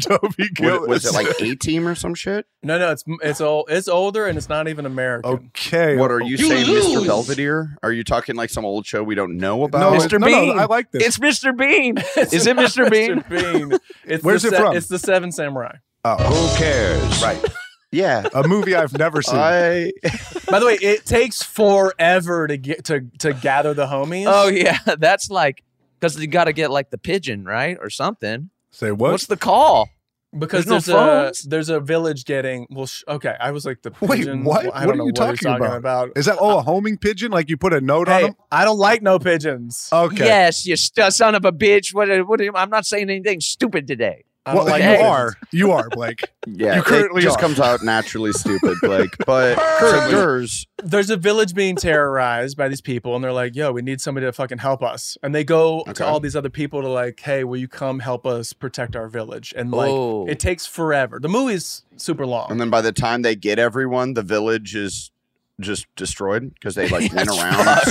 Speaker 4: Toby
Speaker 5: Wa-
Speaker 4: Gillis.
Speaker 5: Was it like A Team or some shit?
Speaker 8: No, no, it's it's old, it's older, and it's not
Speaker 4: Oh,
Speaker 8: even American.
Speaker 4: okay?
Speaker 5: What are oh, you, saying, Mr. Belvedere? Are you talking like some old show we don't know
Speaker 4: No,
Speaker 5: about?
Speaker 4: it-
Speaker 2: Mr.
Speaker 4: No, no,
Speaker 2: Bean.
Speaker 4: I like this.
Speaker 2: it's Mr. Bean.
Speaker 8: It's
Speaker 2: Is it
Speaker 8: not
Speaker 2: Mr. Bean?
Speaker 8: Bean. It's
Speaker 4: Where's
Speaker 8: the
Speaker 4: it from?
Speaker 8: It's the Seven Samurai.
Speaker 7: Who cares?
Speaker 5: right. Yeah.
Speaker 4: Oh. a movie I've never seen.
Speaker 5: I
Speaker 8: By the way, it takes forever to get to to gather the homies.
Speaker 2: Oh yeah, that's like because you got to get like the pigeon, right, or something.
Speaker 4: Say what?
Speaker 2: What's the call?
Speaker 8: because
Speaker 2: There's
Speaker 8: there's,
Speaker 2: no
Speaker 8: a
Speaker 2: phones?
Speaker 8: there's a village getting. Well, sh- okay, I was like the
Speaker 4: Wait,
Speaker 8: pigeon.
Speaker 4: what?
Speaker 8: I
Speaker 4: What
Speaker 8: don't
Speaker 4: are
Speaker 8: know
Speaker 4: you
Speaker 8: what you're
Speaker 4: talking
Speaker 8: talking about.
Speaker 4: Is that oh a homing pigeon? Like you put a note on
Speaker 8: Hey,
Speaker 4: him?
Speaker 8: I don't like no pigeons.
Speaker 4: Okay.
Speaker 2: Yes, you st- son of a bitch. What? what I'm not saying anything stupid today.
Speaker 8: I
Speaker 4: well,
Speaker 8: don't like
Speaker 4: you
Speaker 8: pigeons.
Speaker 4: are. You are Blake.
Speaker 5: yeah.
Speaker 4: You currently
Speaker 5: it just
Speaker 4: are.
Speaker 5: comes out naturally stupid, Blake. But to yours,
Speaker 8: There's a village being terrorized by these people, and they're like, "Yo, we need somebody to fucking help us." And they go
Speaker 5: Okay.
Speaker 8: to all these other people to like, "Hey, will you come help us protect our village?" And like,
Speaker 2: Oh.
Speaker 8: it takes forever. The movie's super long.
Speaker 5: and then by the time they get everyone, the village is just destroyed because they like went
Speaker 4: That's
Speaker 5: around
Speaker 4: fucked.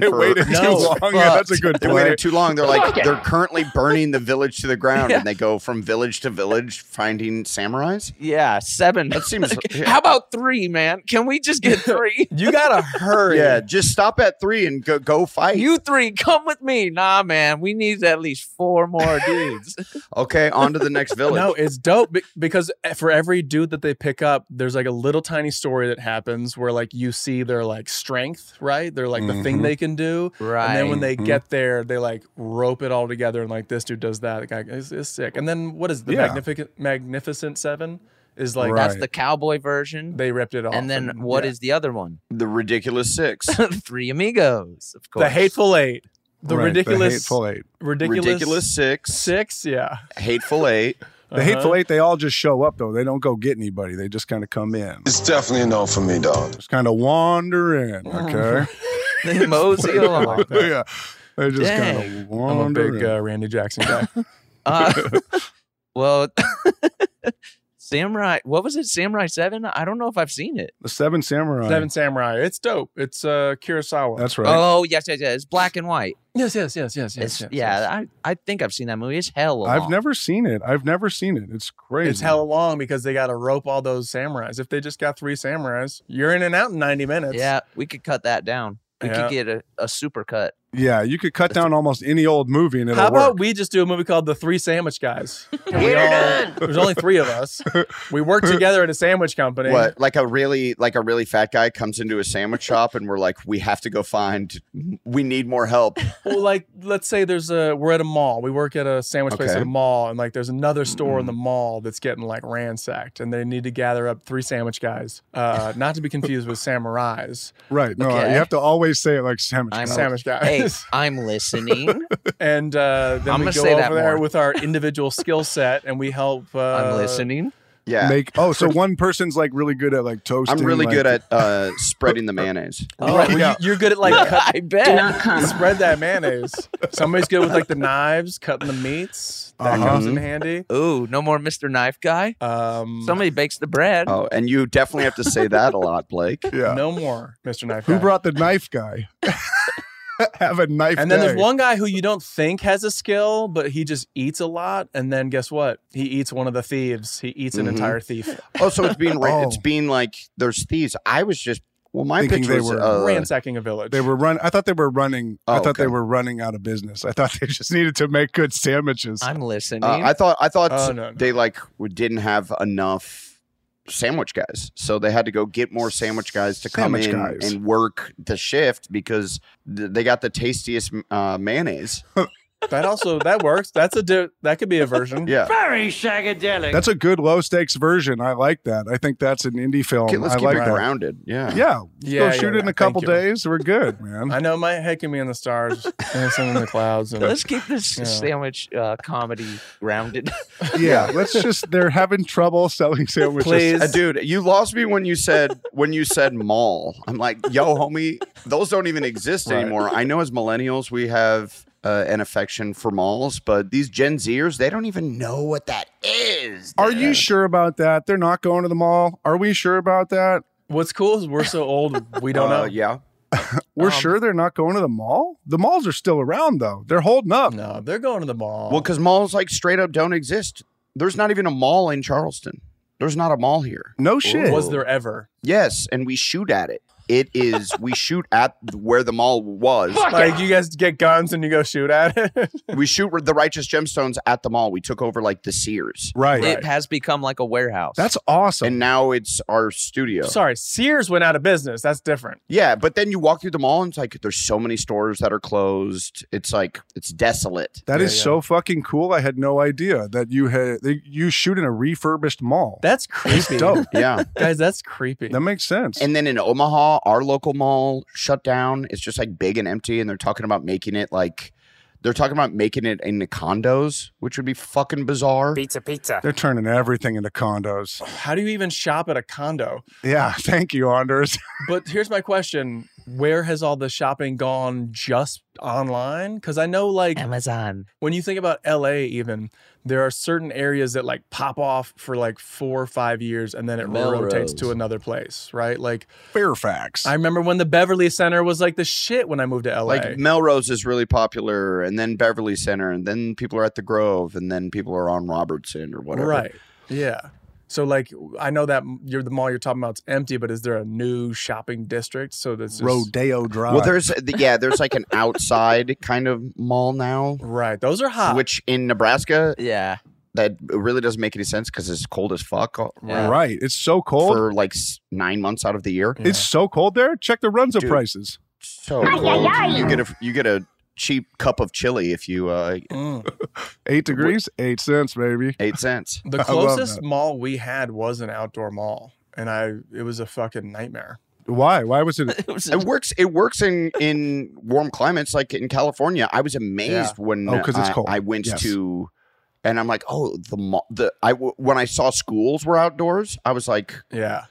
Speaker 4: They
Speaker 5: for.
Speaker 4: waited
Speaker 8: No,
Speaker 4: too long. Yeah, that's a good
Speaker 5: They
Speaker 4: point.
Speaker 5: waited too long. They're like
Speaker 4: Fuck it.
Speaker 5: they're currently burning the village to the ground,
Speaker 2: Yeah.
Speaker 5: and they go from village to village finding samurais.
Speaker 2: Yeah, seven.
Speaker 5: That seems yeah.
Speaker 2: How about three, man? Can we just get three?
Speaker 8: You gotta hurry.
Speaker 5: Yeah, just stop at three and go go fight.
Speaker 2: you three, come with me. Nah, man, we need at least four more dudes.
Speaker 5: okay, on to the next village.
Speaker 8: No, it's dope be- because for every dude that they pick up, there's like a little tiny story that happens where like you see their like strength, right? They're like the
Speaker 5: Mm-hmm.
Speaker 8: thing
Speaker 4: Mhm.
Speaker 8: they can do.
Speaker 2: right.
Speaker 8: And then when they
Speaker 4: Mhm.
Speaker 8: get there, they like rope it all together and like this dude does that. The guy is, is sick. And then what is the
Speaker 4: Yeah.
Speaker 8: magnificent magnificent seven is like
Speaker 4: Right.
Speaker 2: That's the cowboy version.
Speaker 8: they ripped it off.
Speaker 2: and then what is the other one?
Speaker 5: the ridiculous six,
Speaker 2: Three amigos, of course.
Speaker 8: the hateful eight? The
Speaker 4: Right,
Speaker 8: ridiculous,
Speaker 4: the hateful eight.
Speaker 8: ridiculous,
Speaker 5: ridiculous, six,
Speaker 8: six. Yeah,
Speaker 5: hateful eight.
Speaker 4: The
Speaker 8: Uh-huh.
Speaker 4: hateful eight. They all just show up though. They don't go get anybody. They just kind of come in,
Speaker 7: It's definitely a no for me, dog.
Speaker 4: just kind of wander in. Okay.
Speaker 2: They mosey along.
Speaker 4: yeah. They just kind
Speaker 2: Dang.
Speaker 4: of
Speaker 8: I'm a
Speaker 4: wander.
Speaker 8: big
Speaker 4: in.
Speaker 8: uh, Randy Jackson guy.
Speaker 2: Uh, well, Samurai. What was it? Samurai Seven. I don't know if I've seen it.
Speaker 4: the Seven Samurai.
Speaker 8: Seven Samurai. It's dope. It's uh, Kurosawa.
Speaker 4: That's right.
Speaker 2: Oh yes, yes, yes. It's black and white.
Speaker 8: Yes, yes, yes, yes, yes.
Speaker 2: It's,
Speaker 8: yes,
Speaker 2: yeah,
Speaker 8: yes.
Speaker 2: I, I think I've seen that movie. It's hell.
Speaker 4: I've
Speaker 2: long.
Speaker 4: never seen it. I've never seen it. It's crazy.
Speaker 8: It's hella long because they got to rope all those samurais. If they just got three samurais, you're in and out in 90 minutes.
Speaker 2: Yeah, we could cut that down. We
Speaker 8: Yeah.
Speaker 2: could get a, a super cut.
Speaker 4: Yeah, you could cut down almost any old movie and it'll
Speaker 8: How about
Speaker 4: work.
Speaker 8: we just do a movie called The Three Sandwich Guys? We all- there's only three of us. We work together at a sandwich company.
Speaker 5: What like a really like a really fat guy comes into a sandwich shop and we're like, we have to go find. We need more help.
Speaker 8: Well, like, let's say there's a we're at a mall. We work at a sandwich place
Speaker 5: Okay.
Speaker 8: at a mall, and like there's another store in the
Speaker 4: Mm-hmm.
Speaker 8: mall that's getting like ransacked, and they need to gather up three sandwich guys, uh, not to be confused with samurais.
Speaker 4: right? No,
Speaker 2: Okay.
Speaker 4: you have to always say it like sandwich.
Speaker 2: I'm-
Speaker 4: guy.
Speaker 8: Sandwich guys.
Speaker 2: Hey, I'm listening.
Speaker 8: and uh, then
Speaker 2: I'm
Speaker 8: we
Speaker 2: gonna
Speaker 8: go
Speaker 2: say that
Speaker 8: over there
Speaker 2: more.
Speaker 8: with our individual skill set, and we help. Uh,
Speaker 2: I'm listening.
Speaker 5: Yeah,
Speaker 4: Make oh, so one person's like really good at like toasting.
Speaker 5: I'm really
Speaker 4: like-
Speaker 5: good at uh, spreading the mayonnaise.
Speaker 8: Oh, well,
Speaker 4: yeah.
Speaker 8: you, are good at like cut,
Speaker 2: I bet.
Speaker 8: spread that mayonnaise. Somebody's good with like the knives, cutting the meats. That
Speaker 4: Uh-huh.
Speaker 8: comes in handy.
Speaker 2: Ooh, no more Mr. Knife Guy.
Speaker 8: Um,
Speaker 2: Somebody bakes the bread.
Speaker 5: Oh, and you definitely have to say that a lot, Blake.
Speaker 4: Yeah.
Speaker 8: no more, Mr. Knife.
Speaker 4: Who
Speaker 8: Guy.
Speaker 4: brought the knife guy? have a knife.
Speaker 8: And then there's
Speaker 4: day.
Speaker 8: one guy who you don't think has a skill, but he just eats a lot. And then guess what? He eats one of the thieves. He eats an
Speaker 4: Mm-hmm.
Speaker 5: Mhm.
Speaker 8: entire thief.
Speaker 5: Oh, so it's being ra-
Speaker 4: Oh.
Speaker 5: it's being like there's thieves. I was just well, my
Speaker 4: Thinking
Speaker 5: picture
Speaker 4: they
Speaker 5: was,
Speaker 4: were
Speaker 5: uh,
Speaker 8: ransacking a village.
Speaker 4: They were run. I thought they were running. I
Speaker 5: Oh,
Speaker 4: thought they
Speaker 5: okay.
Speaker 4: were running out of business. I thought they just needed to make good sandwiches.
Speaker 2: I'm listening.
Speaker 5: uh, I thought I thought
Speaker 8: Oh, no, no.
Speaker 5: they like w- didn't have enough sandwich guys, so they had to go get more sandwich guys to
Speaker 4: Sandwich
Speaker 5: come in
Speaker 4: guys.
Speaker 5: and work the shift because th- they got the tastiest uh, mayonnaise.
Speaker 8: that also that works. That's a di- that could be a version.
Speaker 5: Yeah.
Speaker 4: That's a good low stakes version. I like that. I think that's an indie film.
Speaker 5: Okay, let's
Speaker 4: I
Speaker 5: keep
Speaker 4: like
Speaker 5: it
Speaker 4: that.
Speaker 5: grounded. Yeah. uh,
Speaker 4: Yeah, let's
Speaker 8: Yeah,
Speaker 4: go shoot
Speaker 8: yeah,
Speaker 4: it in
Speaker 8: yeah.
Speaker 4: a couple
Speaker 8: Thank you.
Speaker 4: days. We're good, man.
Speaker 8: I know my head can be in the stars and some in the clouds. And
Speaker 2: Let's keep this
Speaker 8: Yeah.
Speaker 2: sandwich uh, comedy rounded.
Speaker 4: yeah, let's just. They're having trouble selling sandwiches.
Speaker 8: please,
Speaker 5: Uh, dude, you lost me when you said when you said mall. I'm like, yo, homie, those don't even exist
Speaker 8: Right.
Speaker 5: anymore. I know as millennials we have uh, an affection for malls, but these Gen Zers, they don't even know what that is.
Speaker 4: Are you
Speaker 5: dude.
Speaker 4: sure about that? They're not going to the mall. Are we sure about that?
Speaker 8: what's cool is we're so old we don't
Speaker 5: Uh,
Speaker 8: know.
Speaker 5: yeah.
Speaker 4: We're
Speaker 2: Um,
Speaker 4: sure they're not going to the mall. The malls are still around though. They're holding up.
Speaker 8: No, they're going to the mall.
Speaker 5: Well, because malls like straight up don't exist. There's not even a mall in Charleston. There's not a mall here.
Speaker 4: No shit.
Speaker 8: was there ever?
Speaker 5: Yes, and we shoot at it. It is we shoot at where the mall was.
Speaker 8: Like you guys get guns and you go shoot at it.
Speaker 5: We shoot the righteous gemstones at the mall. We took over like the Sears.
Speaker 4: right.
Speaker 2: It has become like a warehouse.
Speaker 4: That's awesome.
Speaker 5: and now it's our studio.
Speaker 8: Sorry, Sears went out of business. That's different.
Speaker 5: Yeah, but then you walk through the mall and it's like there's so many stores that are closed. It's like it's desolate.
Speaker 4: That
Speaker 8: Yeah,
Speaker 4: is
Speaker 8: yeah.
Speaker 4: so fucking cool. I had no idea that you had that you shoot in a refurbished mall.
Speaker 8: That's creepy,
Speaker 4: dope.
Speaker 5: Yeah.
Speaker 8: guys. That's creepy.
Speaker 4: That makes sense.
Speaker 5: and then in Omaha, our local mall shut down. It's just like big and empty and they're talking about making it like they're talking about making it into condos, which would be fucking bizarre.
Speaker 4: They're turning everything into condos.
Speaker 8: How do you even shop at a condo?
Speaker 4: Yeah, thank you, Anders.
Speaker 8: But here's my question: Where has all the shopping gone? Just online? Because I know, like,
Speaker 2: Amazon.
Speaker 8: when you think about LA, even there are certain areas that like pop off for like four or five years and then it rotates
Speaker 9: Melrose.
Speaker 8: to another place, right? Like
Speaker 4: Fairfax.
Speaker 8: I remember when the Beverly Center was like the shit when I moved to LA.
Speaker 5: Like Melrose is really popular, and then Beverly Center, and then people are at the Grove, and then people are on Robertson or whatever.
Speaker 8: Right. Yeah. So like I know that you're the mall you're talking about's empty, but is there a new shopping district? So that's just,
Speaker 4: Rodeo Drive.
Speaker 5: Well, there's yeah, there's like an outside kind of mall now,
Speaker 8: right. Those are hot.
Speaker 5: which in Nebraska
Speaker 3: Yeah.
Speaker 5: that really doesn't make any sense because it's cold as fuck all-
Speaker 3: Yeah.
Speaker 4: right. It's so cold.
Speaker 5: for like s- nine months out of the year.
Speaker 4: It's so cold there. Check the Runza
Speaker 5: Dude.
Speaker 4: prices.
Speaker 5: So cold. you get a you get a cheap cup of chili if you uh,
Speaker 8: Mm.
Speaker 4: Eight degrees, eight cents, baby.
Speaker 5: eight cents.
Speaker 8: The
Speaker 4: I love
Speaker 8: closest
Speaker 4: that.
Speaker 8: mall we had was an outdoor mall, and I it was a fucking nightmare.
Speaker 4: Why? Why was it?
Speaker 5: It works. It works in in warm climates, like in California. I was amazed
Speaker 8: Yeah.
Speaker 5: when
Speaker 4: Oh, 'cause it's
Speaker 5: I-
Speaker 4: cold.
Speaker 5: I went
Speaker 4: Yes.
Speaker 5: to, and I'm like, oh, the mall. The I w- when I saw schools were outdoors, I was like,
Speaker 8: Yeah.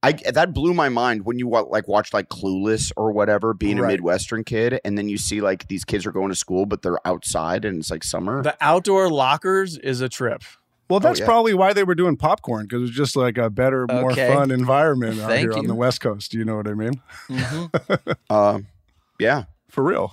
Speaker 5: I that blew my mind when you wa- like watch like Clueless or whatever, being
Speaker 8: Right.
Speaker 5: a Midwestern kid, and then you see like these kids are going to school, but they're outside and it's like summer.
Speaker 8: The outdoor lockers is a trip.
Speaker 4: Well, that's
Speaker 5: yeah.
Speaker 4: probably why they were doing popcorn because it's just like a better, more
Speaker 3: Okay.
Speaker 4: fun environment out
Speaker 3: Thank
Speaker 4: here on
Speaker 3: you.
Speaker 4: the West Coast. You know what I mean?
Speaker 5: Uh, yeah,
Speaker 4: For real.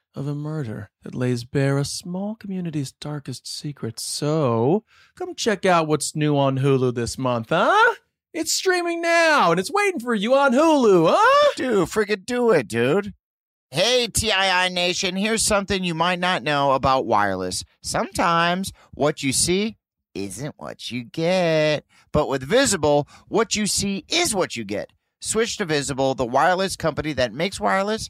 Speaker 1: of a murder that lays bare a small community's darkest secrets. So, come check out what's new on Hulu this month, huh? It's streaming now and it's waiting for you on Hulu, huh?
Speaker 6: Dude, freaking do it, dude. Hey, TII Nation, here's something you might not know about wireless. Sometimes what you see isn't what you get. But with Visible, what you see is what you get. Switch to Visible, the wireless company that makes wireless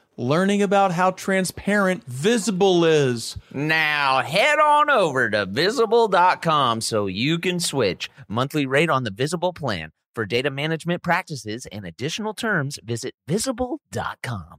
Speaker 1: learning about how transparent Visible is.
Speaker 2: Now head on over to visible.com so you can switch. Monthly rate on the visible plan. For data management practices and additional terms, visit visible.com.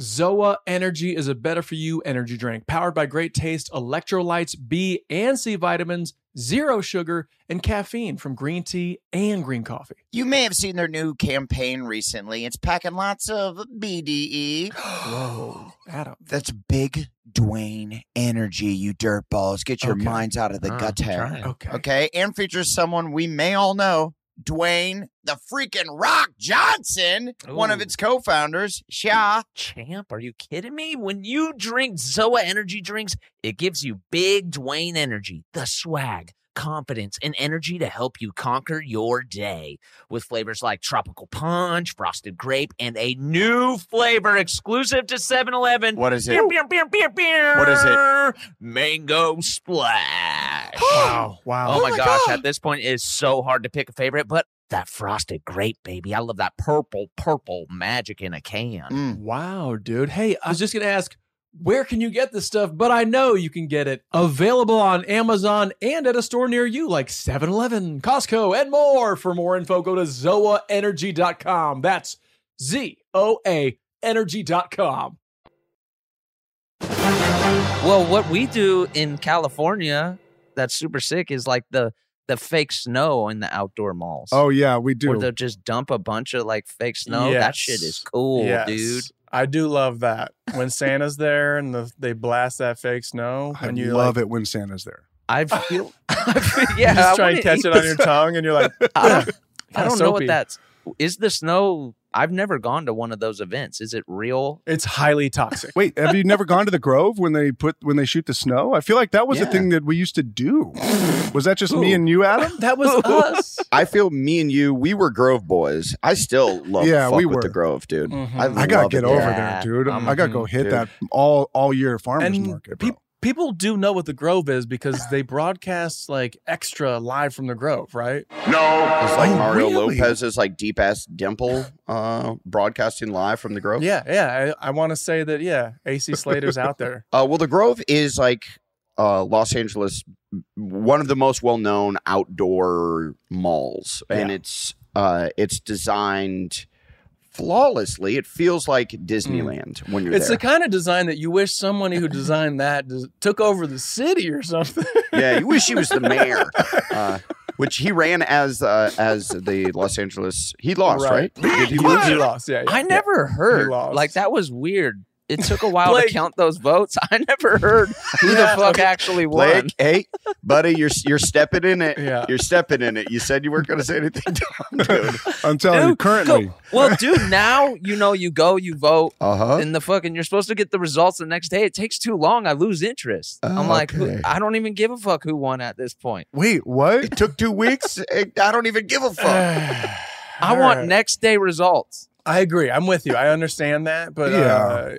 Speaker 1: Zoa Energy is a better for you energy drink powered by great taste, electrolytes, B and C vitamins, zero sugar, and caffeine from green tea and green coffee.
Speaker 6: You may have seen their new campaign recently. It's packing lots of BDE.
Speaker 1: Whoa, Adam.
Speaker 6: That's big Dwayne energy, you dirtballs. Get your
Speaker 1: Okay.
Speaker 6: minds out of the
Speaker 2: Ah,
Speaker 6: gutter.
Speaker 2: trying.
Speaker 1: Okay.
Speaker 6: Okay. And features someone we may all know, Dwayne the freaking Rock Johnson, one of
Speaker 2: Ooh.
Speaker 6: its co founders. Sha.
Speaker 2: Champ, are you kidding me? When you drink Zoa energy drinks, it gives you big Dwayne energy, the swag, confidence, and energy to help you conquer your day. With flavors like tropical punch, frosted grape, and a new flavor exclusive to 7 Eleven.
Speaker 6: What is
Speaker 2: What
Speaker 6: is
Speaker 2: it? Mango splash.
Speaker 8: wow. Wow.
Speaker 2: Oh, my, gosh, at this point it is so hard to pick a favorite, but that frosted grape, baby. I love that purple, purple magic in a can.
Speaker 6: Mm.
Speaker 1: Wow, dude. Hey, I was just going to ask where can you get this stuff? But I know you can get it available on Amazon and at a store near you like 7-Eleven, Costco, and more. For more info, go to zoaenergy.com. That's Z O A energy.com.
Speaker 2: Well, what we do in California that's super sick is like the the fake snow in the outdoor malls.
Speaker 4: Oh yeah, we do.
Speaker 2: Where they'll just dump a bunch of like fake snow. That shit
Speaker 8: Yes.
Speaker 2: is cool, dude.
Speaker 8: I do love that when Santa's there and the, they blast that fake snow.
Speaker 4: I
Speaker 8: and you
Speaker 4: love
Speaker 8: like,
Speaker 4: it when Santa's there.
Speaker 2: I feel.
Speaker 8: You
Speaker 2: yeah,
Speaker 8: just
Speaker 2: I
Speaker 8: try
Speaker 2: wanna
Speaker 8: and catch
Speaker 2: eat
Speaker 8: it on
Speaker 2: this.
Speaker 8: your tongue, and you're like,
Speaker 2: I, I
Speaker 8: Kinda
Speaker 2: don't know what
Speaker 8: soapy.
Speaker 2: that's. Is the snow? I've never gone to one of those events. Is it real?
Speaker 8: It's highly toxic.
Speaker 4: Wait, have you never gone to the Grove when they put when they shoot the snow? I feel like that was a
Speaker 5: Yeah.
Speaker 4: thing that we used to do. Was that just me and you, Adam?
Speaker 8: That was us.
Speaker 5: I feel me and you, we were Grove boys. I still love
Speaker 4: Yeah,
Speaker 5: yeah,
Speaker 4: we
Speaker 5: with
Speaker 4: were.
Speaker 5: the Grove, dude.
Speaker 8: Mhm.
Speaker 4: I gotta
Speaker 5: love
Speaker 4: get
Speaker 5: it
Speaker 4: over
Speaker 5: there.
Speaker 4: there,
Speaker 2: Yeah.
Speaker 4: dude.
Speaker 8: Um,
Speaker 4: I gotta go hit
Speaker 5: dude.
Speaker 4: that all all year farmers
Speaker 8: And
Speaker 4: market,
Speaker 8: peop-
Speaker 4: bro.
Speaker 8: People do know what the Grove is because they broadcast like extra live from the Grove, right?
Speaker 5: It's like
Speaker 4: Oh,
Speaker 5: Mario
Speaker 4: really?
Speaker 5: Lopez's like deep ass dimple uh, broadcasting live from the Grove.
Speaker 8: Yeah, yeah. I, I want to say that. Yeah, AC Slater's out there.
Speaker 5: Uh, well, the Grove is like uh, Los Angeles, one of the most well known outdoor malls, and
Speaker 8: Yeah.
Speaker 5: it's uh, it's designed flawlessly. It feels like Disneyland when you're
Speaker 8: Hmm. It's
Speaker 5: there.
Speaker 8: the kind of design that you wish somebody who designed that des- took over the city or something.
Speaker 5: yeah, you wish he was the mayor, uh, which he ran as uh, as the Los Angeles. He lost, right?
Speaker 8: Right.
Speaker 5: Did he
Speaker 8: You
Speaker 5: lose?
Speaker 8: lost. Yeah, yeah.
Speaker 2: I never heard.
Speaker 8: lost.
Speaker 2: Like that was weird. It took a while
Speaker 8: Blake-
Speaker 2: to count those votes. I never heard who
Speaker 8: Yeah.
Speaker 2: the fuck actually won.
Speaker 5: Blake, hey, buddy, you're you're stepping in it.
Speaker 8: Yeah.
Speaker 5: You're stepping in it. You said you weren't going to say anything, Tom, dude.
Speaker 4: I'm telling you,
Speaker 2: Dude,
Speaker 4: currently.
Speaker 2: go- well, dude, now you know you go, you vote,
Speaker 5: Uh huh.
Speaker 2: and the fucking you're supposed to get the results the next day. It takes too long. I lose interest. I'm like, who-
Speaker 5: okay.
Speaker 2: I don't even give a fuck who won at this point.
Speaker 4: Wait, what?
Speaker 5: It took two weeks. I don't even give a fuck.
Speaker 2: I
Speaker 8: All
Speaker 2: want
Speaker 8: right.
Speaker 2: next day results.
Speaker 8: I agree. I'm with you. I understand that, but uh,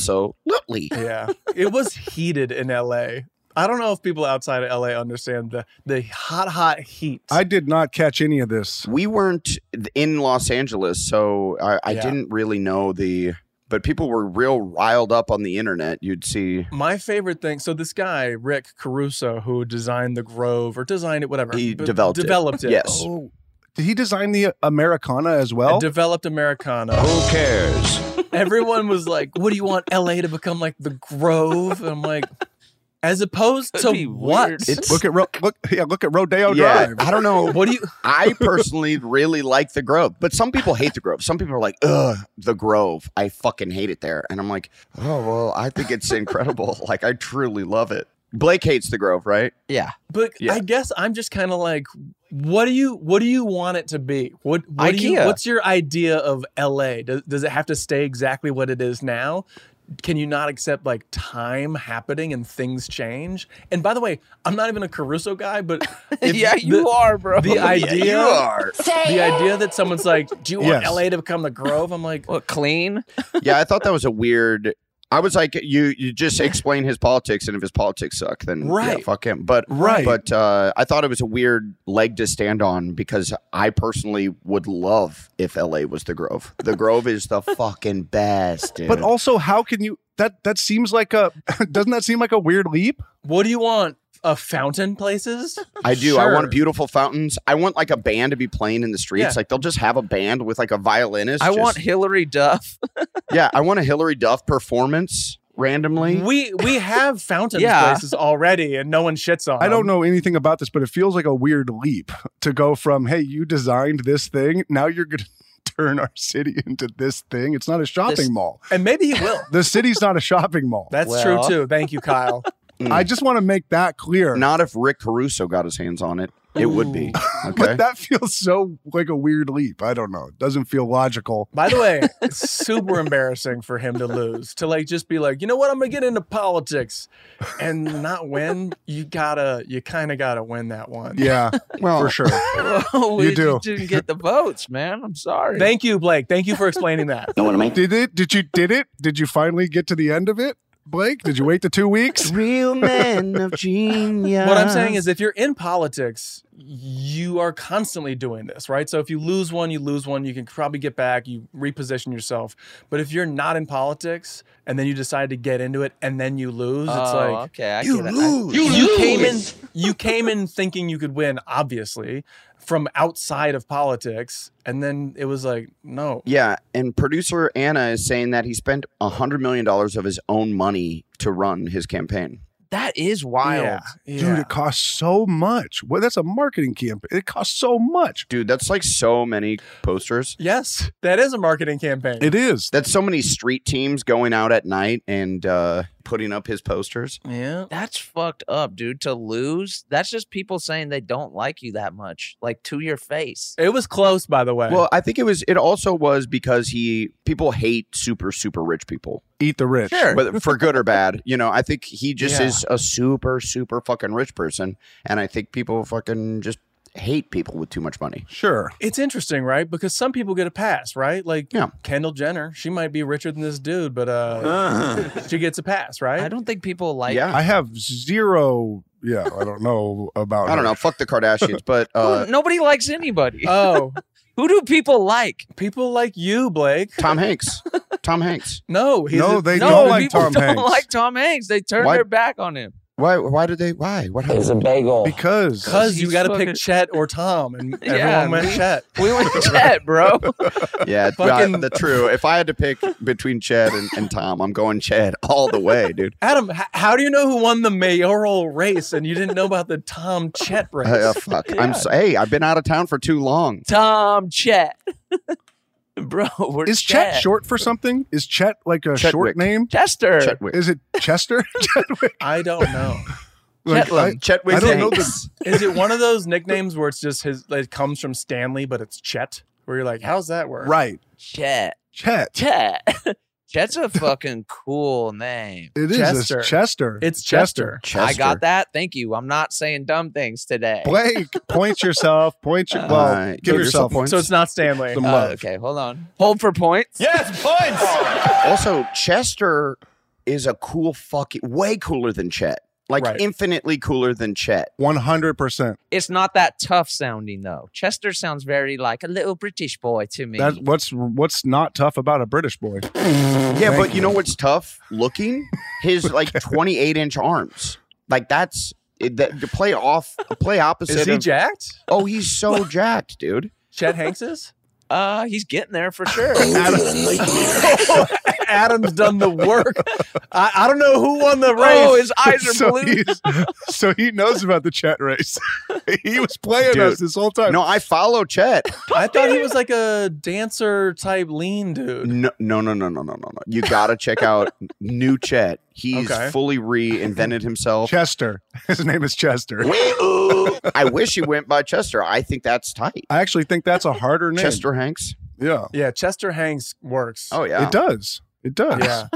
Speaker 5: Absolutely.
Speaker 8: yeah, it was heated in LA. I don't know if people outside of LA understand the the hot, hot heat.
Speaker 4: I did not catch any of this.
Speaker 5: We weren't in Los Angeles, so I, I
Speaker 8: Yeah.
Speaker 5: didn't really know the. But people were real riled up on the internet. You'd see
Speaker 8: My favorite thing. So this guy Rick Caruso, who designed the Grove or designed it, whatever
Speaker 5: He
Speaker 8: but
Speaker 5: developed it.
Speaker 8: developed it.
Speaker 5: Yes.
Speaker 4: Oh, did he design the Americana as well?
Speaker 8: And developed Americana.
Speaker 5: Oh,
Speaker 7: Who cares?
Speaker 8: Everyone was like, "What do you want LA to become like the Grove?" And I'm like, as opposed
Speaker 2: That'd
Speaker 8: to
Speaker 2: be
Speaker 8: what?
Speaker 2: weird.
Speaker 4: look at Ro- look yeah, look at Rodeo Drive.
Speaker 5: I don't know.
Speaker 8: what do you?
Speaker 5: I personally really like the Grove, but some people hate the Grove. Some people are like, "Ugh, the Grove! I fucking hate it there." And I'm like, "Oh well, I think it's incredible. like, I truly love it." Blake hates the Grove, right?
Speaker 2: Yeah.
Speaker 8: But
Speaker 5: Yeah.
Speaker 8: I guess I'm just kind of like, what do you what do you want it to be? What, what do you,
Speaker 2: IKEA.
Speaker 8: what's your idea of LA? Does, does it have to stay exactly what it is now? Can you not accept like time happening and things change? And by the way, I'm not even a Caruso guy, but if
Speaker 2: yeah,
Speaker 8: the-
Speaker 2: you are, bro.
Speaker 8: The idea,
Speaker 5: you are.
Speaker 8: the idea that someone's like, "Do you want
Speaker 4: Yes.
Speaker 8: LA to become the Grove?" I'm like,
Speaker 2: What clean?
Speaker 5: yeah, I thought that was a weird. I was like, you you just explain his politics, and if his politics suck, then yeah,
Speaker 8: Right.
Speaker 5: fuck him. But
Speaker 4: Right.
Speaker 5: but uh, I thought it was a weird leg to stand on because I personally would love if LA was the Grove. The Grove is the fucking best, dude.
Speaker 4: But also, how can you? That that seems like a doesn't that seem like a weird leap?
Speaker 8: "What do you want? A fountain places?"
Speaker 5: I do. I
Speaker 8: Sure.
Speaker 5: want beautiful fountains. I want like a band to be playing in the streets.
Speaker 8: Yeah.
Speaker 5: Like they'll just have a band with like a violinist.
Speaker 2: I
Speaker 5: just-
Speaker 2: want Hillary Duff.
Speaker 5: yeah, I want a Hillary Duff performance randomly.
Speaker 8: We we have fountain
Speaker 2: Yeah.
Speaker 8: places already, and no one shits on.
Speaker 4: I
Speaker 5: Um,
Speaker 4: don't
Speaker 8: them.
Speaker 4: know anything about this, but it feels like a weird leap to go from hey, you designed this thing, now you're gonna turn our city into this thing. It's not a shopping
Speaker 2: This-
Speaker 4: mall.
Speaker 8: and maybe he will.
Speaker 4: The city's not a shopping mall.
Speaker 8: That's
Speaker 2: Well.
Speaker 8: true too. Thank you, Kyle.
Speaker 4: I just want to make that clear.
Speaker 5: Mm. Not if Rick Caruso got his hands on it. It would be. Okay.
Speaker 4: But that feels so like a weird leap. I don't know. It doesn't feel logical.
Speaker 8: By the way, it's super embarrassing for him to lose. To like just be like, you know what, I'm gonna get into politics and not win. You gotta you kinda gotta win that one.
Speaker 4: Yeah,
Speaker 5: well,
Speaker 4: for sure.
Speaker 2: Whoa,
Speaker 4: You
Speaker 2: we
Speaker 4: do.
Speaker 2: just didn't get the votes, man. I'm sorry.
Speaker 8: Thank you, Blake. Thank you for explaining that.
Speaker 4: Did it? Did you? Did it? Did you finally get to the end of it, Blake? Did you wait the two weeks?
Speaker 5: Real men of genius.
Speaker 8: What I'm saying is, if you're in politics, you are constantly doing this, right? So if you lose one, you lose one. You can probably get back. You reposition yourself. But if you're not in politics and then you decide to get into it and then you lose,
Speaker 2: Oh,
Speaker 8: it's like
Speaker 2: okay, I get it. I-
Speaker 8: you, came in you came in thinking you could win, obviously, from outside of politics, and then it was like, no.
Speaker 5: Yeah, and producer Anna is saying that he spent a hundred million dollars of his own money to run his campaign.
Speaker 2: That is wild.
Speaker 8: Yeah.
Speaker 4: Dude, it costs so much. Well, that's a marketing campaign. It costs so much.
Speaker 5: Dude, that's like so many posters.
Speaker 8: Yes, that is a marketing campaign.
Speaker 4: It is.
Speaker 5: That's so many street teams going out at night and uh, putting up his posters.
Speaker 8: yeah.
Speaker 2: That's fucked up, dude. To lose, that's just people saying they don't like you that much, like to your face.
Speaker 8: It was close, by the way.
Speaker 5: Well, I think it was. It also was because he people hate super super rich people,
Speaker 4: Eat the rich.
Speaker 2: Sure.
Speaker 5: but for good or bad, you know. I think he just
Speaker 8: Yeah.
Speaker 5: is a super super fucking rich person, and I think people fucking just hate people with too much money.
Speaker 4: Sure.
Speaker 8: it's interesting, right? Because some people get a pass, right? Like
Speaker 5: Yeah.
Speaker 8: Kendall Jenner, she might be richer than this dude, but uh, she gets a pass, right?
Speaker 2: I don't think people like.
Speaker 5: yeah,
Speaker 4: I have zero. Yeah, I don't know about.
Speaker 5: I don't
Speaker 4: her.
Speaker 5: know. Fuck the Kardashians, but uh,
Speaker 2: Who- Nobody likes anybody.
Speaker 8: Oh,
Speaker 2: Who do people like?
Speaker 8: people like you, Blake.
Speaker 5: Tom Hanks. Tom Hanks.
Speaker 8: No, he's
Speaker 4: No,
Speaker 8: a-
Speaker 4: they
Speaker 2: no,
Speaker 4: don't like
Speaker 2: people
Speaker 4: Tom
Speaker 2: don't
Speaker 4: Hanks
Speaker 2: like Tom Hanks. They turn
Speaker 5: Why-
Speaker 2: their back on him.
Speaker 5: Why? Why did they? Why? What happened?
Speaker 3: bagel.
Speaker 4: because
Speaker 8: because you
Speaker 2: he's
Speaker 8: got to
Speaker 2: fucking-
Speaker 8: pick Chet or Tom, and
Speaker 2: Yeah,
Speaker 8: everyone went
Speaker 2: we-
Speaker 8: Chet.
Speaker 2: We went chat, bro.
Speaker 5: Yeah,
Speaker 8: Fucking-
Speaker 5: yeah, the true. If I had to pick between Chad and, and Tom, I'm going Chad all the way, dude. Uh,
Speaker 8: Adam, h- how do you know who won the mayoral race and you didn't know about the Tom Chet race?
Speaker 5: Uh, fuck. I'm. So, hey, I've been out of town for too long.
Speaker 2: Tom Chet. bro, we're
Speaker 4: is Chet short for something? Is Chet like a short
Speaker 5: Chetwick.
Speaker 4: name?
Speaker 2: Chester.
Speaker 5: Chetwick.
Speaker 4: Is it Chester? Chetwick.
Speaker 8: I don't know.
Speaker 4: Like, I,
Speaker 5: Chetwick.
Speaker 4: I don't know
Speaker 5: Hanks.
Speaker 4: the-
Speaker 8: Is it one of those nicknames where it's just his? It comes from Stanley, but it's Chet. Where you're like, how's that work?
Speaker 4: right.
Speaker 2: Chet.
Speaker 4: Chet.
Speaker 2: Chet. Chet's a fucking cool name.
Speaker 4: It is Chester.
Speaker 8: Chester.
Speaker 4: Chester.
Speaker 8: It's Chester.
Speaker 2: I got that. Thank you. I'm not saying dumb things today.
Speaker 4: Blake, point yourself. Point your.
Speaker 2: Uh,
Speaker 4: Well,
Speaker 5: All right,
Speaker 4: give
Speaker 5: give
Speaker 4: yourself
Speaker 5: yourself points.
Speaker 8: So it's not Stanley.
Speaker 4: some
Speaker 2: Oh,
Speaker 4: love.
Speaker 2: okay, hold on. Hold for points.
Speaker 8: Yes, points.
Speaker 5: Also, Chester is a cool fucking way cooler than Chet. Like
Speaker 8: Right.
Speaker 5: infinitely cooler than Chet.
Speaker 4: One hundred percent.
Speaker 2: It's not that tough sounding though. Chester sounds very like a little British boy to me.
Speaker 4: That what's what's not tough about a British boy?
Speaker 5: Yeah, but you know what's tough? Looking his like 28 inch arms. Like that's it, that to play off play opposite.
Speaker 8: Is he
Speaker 5: of-
Speaker 8: jacked?
Speaker 5: oh, he's so jacked, dude.
Speaker 8: Chet Hanks is?
Speaker 2: uh, he's getting there for sure.
Speaker 4: Oh.
Speaker 8: Adam's done the work. I, I don't know who won the race.
Speaker 2: oh, his eyes are
Speaker 4: so,
Speaker 2: blue.
Speaker 4: he's- so he knows about the Chet race. he was playing
Speaker 5: Dude.
Speaker 4: us this whole time.
Speaker 5: No, I follow Chet.
Speaker 8: I thought he was like a dancer type lean dude.
Speaker 5: No, no, no, no, no, no, no. no. You gotta check out new Chet. He's
Speaker 8: Okay.
Speaker 5: fully reinvented himself.
Speaker 4: Chester. His name is Chester.
Speaker 5: I wish he went by Chester. I think that's tight.
Speaker 4: I actually think that's a harder name.
Speaker 5: Chester Hanks.
Speaker 4: Yeah.
Speaker 8: Yeah, Chester Hanks works.
Speaker 5: Oh yeah.
Speaker 4: It does. It does.
Speaker 8: yeah.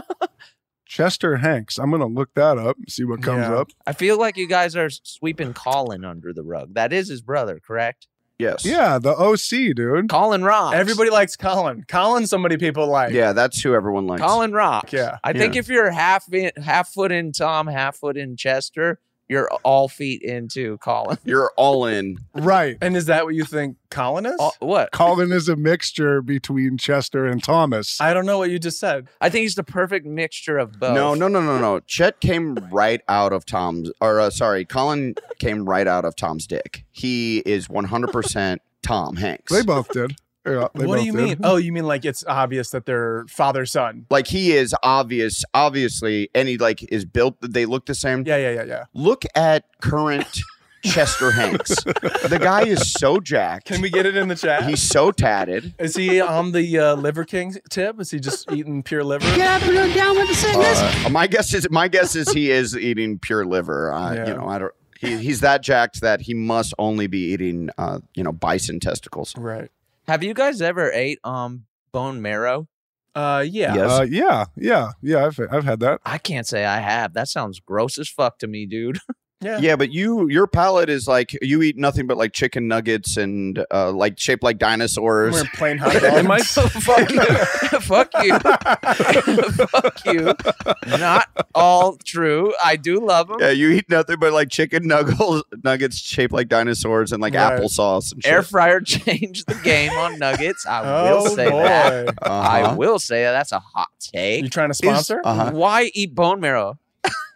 Speaker 4: Chester Hanks. I'm gonna look that up. and See what comes
Speaker 8: Yeah.
Speaker 4: up.
Speaker 2: I feel like you guys are sweeping Colin under the rug. That is his brother, correct?
Speaker 5: Yes.
Speaker 4: Yeah, the OC, dude.
Speaker 2: Colin Rock.
Speaker 8: Everybody likes Colin. Colin's somebody people like.
Speaker 5: Yeah, that's who everyone likes.
Speaker 2: Colin Rock.
Speaker 8: Yeah.
Speaker 2: I think if you're half in, half foot in Tom, half foot in Chester, you're all feet into Colin.
Speaker 5: You're all in.
Speaker 4: Right.
Speaker 8: And is that what you think Colin is?
Speaker 2: All- what?
Speaker 4: Colin is a mixture between Chester and Thomas.
Speaker 8: I don't know what you just said.
Speaker 2: I think he's the perfect mixture of both.
Speaker 5: No, no, no, no, no. Chet came right out of Tom's, or uh, sorry, Colin came right out of Tom's dick. He is 100% Tom Hanks.
Speaker 4: they both did. Yeah, they
Speaker 8: what
Speaker 4: both
Speaker 8: do you
Speaker 4: did.
Speaker 8: mean? Oh, you mean like it's obvious that they're father son.
Speaker 5: Like he is obvious, obviously, and he like is built. They look the same.
Speaker 8: Yeah, yeah, yeah, yeah.
Speaker 5: Look at current Chester Hanks. The guy is so jacked.
Speaker 8: Can we get it in the chat?
Speaker 5: He's so tatted.
Speaker 8: is he on the uh, Liver King tip? Is he just eating pure liver?
Speaker 5: Uh, my guess is my guess is he is eating pure liver. Uh,
Speaker 8: Yeah.
Speaker 5: You know, I don't. He, he's that jacked that he must only be eating, uh, you know, bison testicles.
Speaker 8: Right.
Speaker 2: Have you guys ever ate um bone marrow?
Speaker 8: Uh, yeah.
Speaker 5: Yes.
Speaker 4: Uh, yeah, yeah, yeah. I've I've had that.
Speaker 2: I can't say I have. That sounds gross as fuck to me, dude.
Speaker 8: Yeah.
Speaker 5: Yeah, but you your palate is like you eat nothing but like chicken nuggets and uh, like shaped like dinosaurs.
Speaker 8: We're playing hot
Speaker 5: Am I-
Speaker 8: dogs.
Speaker 2: fuck you. fuck you. fuck you. Not all true. I do love them.
Speaker 5: Yeah, you eat nothing but like chicken nuggles, nuggets shaped like dinosaurs and like
Speaker 8: Right.
Speaker 5: applesauce and shit.
Speaker 2: Air fryer changed the game on nuggets. I will
Speaker 8: Oh
Speaker 2: say
Speaker 8: boy!
Speaker 2: that.
Speaker 5: Uh-huh.
Speaker 2: I will say that. That's a hot
Speaker 8: You
Speaker 2: take.
Speaker 8: trying to sponsor?
Speaker 5: Uh-huh.
Speaker 2: Why eat bone marrow?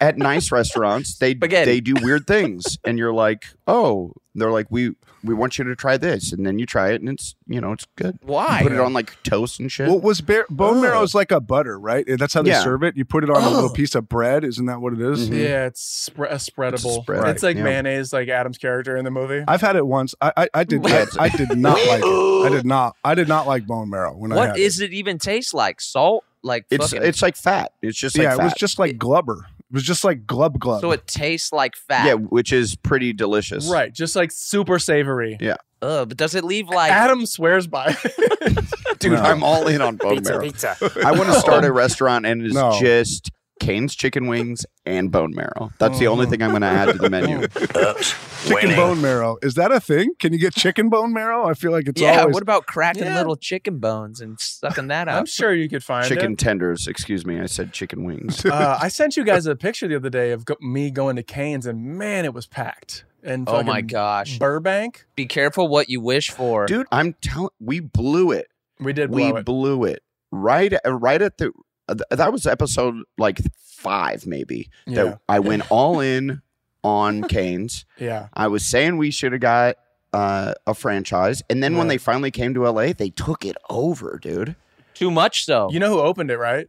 Speaker 5: at nice restaurants, they
Speaker 2: Spaghetti.
Speaker 5: they do weird things, and you're like, oh, they're like, we we want you to try this, and then you try it, and it's you know it's good.
Speaker 2: Why?
Speaker 5: You put it on like toast and shit?
Speaker 4: Well, was bear,
Speaker 2: Oh.
Speaker 4: bone marrow is like a butter, right? That's how they
Speaker 5: Yeah.
Speaker 4: serve it. You put it on a little piece of bread. Isn't that what it is?
Speaker 5: Mhm.
Speaker 2: Mm-hmm.
Speaker 8: Yeah, it's spread, spreadable. It's,
Speaker 5: spread,
Speaker 8: like
Speaker 5: yeah.
Speaker 8: mayonnaise, like Adam's character in the movie.
Speaker 4: I've had it once. I I, I did I, I did not like it. I did not I did not like bone marrow when I
Speaker 2: What
Speaker 4: had
Speaker 2: is it even taste like? Salt? Like
Speaker 5: it's
Speaker 2: fucking,
Speaker 5: it's like fat. It's just
Speaker 4: it. Yeah,
Speaker 5: like
Speaker 4: it was
Speaker 5: fat.
Speaker 4: just like glubber. It was just like glub glub.
Speaker 2: so it tastes like fat.
Speaker 5: yeah, which is pretty delicious.
Speaker 8: Right, just like super savory.
Speaker 2: Ugh, but does it leave like
Speaker 8: Adam swears by it.
Speaker 5: dude,
Speaker 4: No.
Speaker 5: I'm all in on bone
Speaker 9: Pizza,
Speaker 5: marrow.
Speaker 9: pizza.
Speaker 5: I want to start a restaurant and it's
Speaker 4: No.
Speaker 5: just Cane's chicken wings and bone marrow. That's the only thing I'm going to add to the menu.
Speaker 4: chicken bone marrow. Is that a thing? Can you get chicken bone marrow? I feel like it's
Speaker 2: yeah,
Speaker 4: always
Speaker 2: what about cracking
Speaker 8: Yeah.
Speaker 2: little chicken bones and sucking that
Speaker 8: I'm
Speaker 2: out?
Speaker 8: sure you could find
Speaker 5: chicken
Speaker 8: it.
Speaker 5: tenders, excuse me. I said chicken wings.
Speaker 8: Uh, I sent you guys a picture the other day of go- me going to Canes, and man, it was packed. And
Speaker 2: oh my
Speaker 8: Mm.
Speaker 2: gosh!
Speaker 8: Burbank,
Speaker 2: Be careful what you wish for.
Speaker 5: Dude, I'm telling we blew it.
Speaker 8: we did
Speaker 5: we
Speaker 8: blow it.
Speaker 5: blew it. Right uh, right at the uh, th- that was episode like 5 maybe
Speaker 8: yeah,
Speaker 5: that I went all in on Canes.
Speaker 8: yeah.
Speaker 5: I was saying we should have got uh, a franchise and then when
Speaker 8: Right.
Speaker 5: they finally came to LA, they took it over, dude.
Speaker 2: Too much so.
Speaker 8: You know who opened it, right?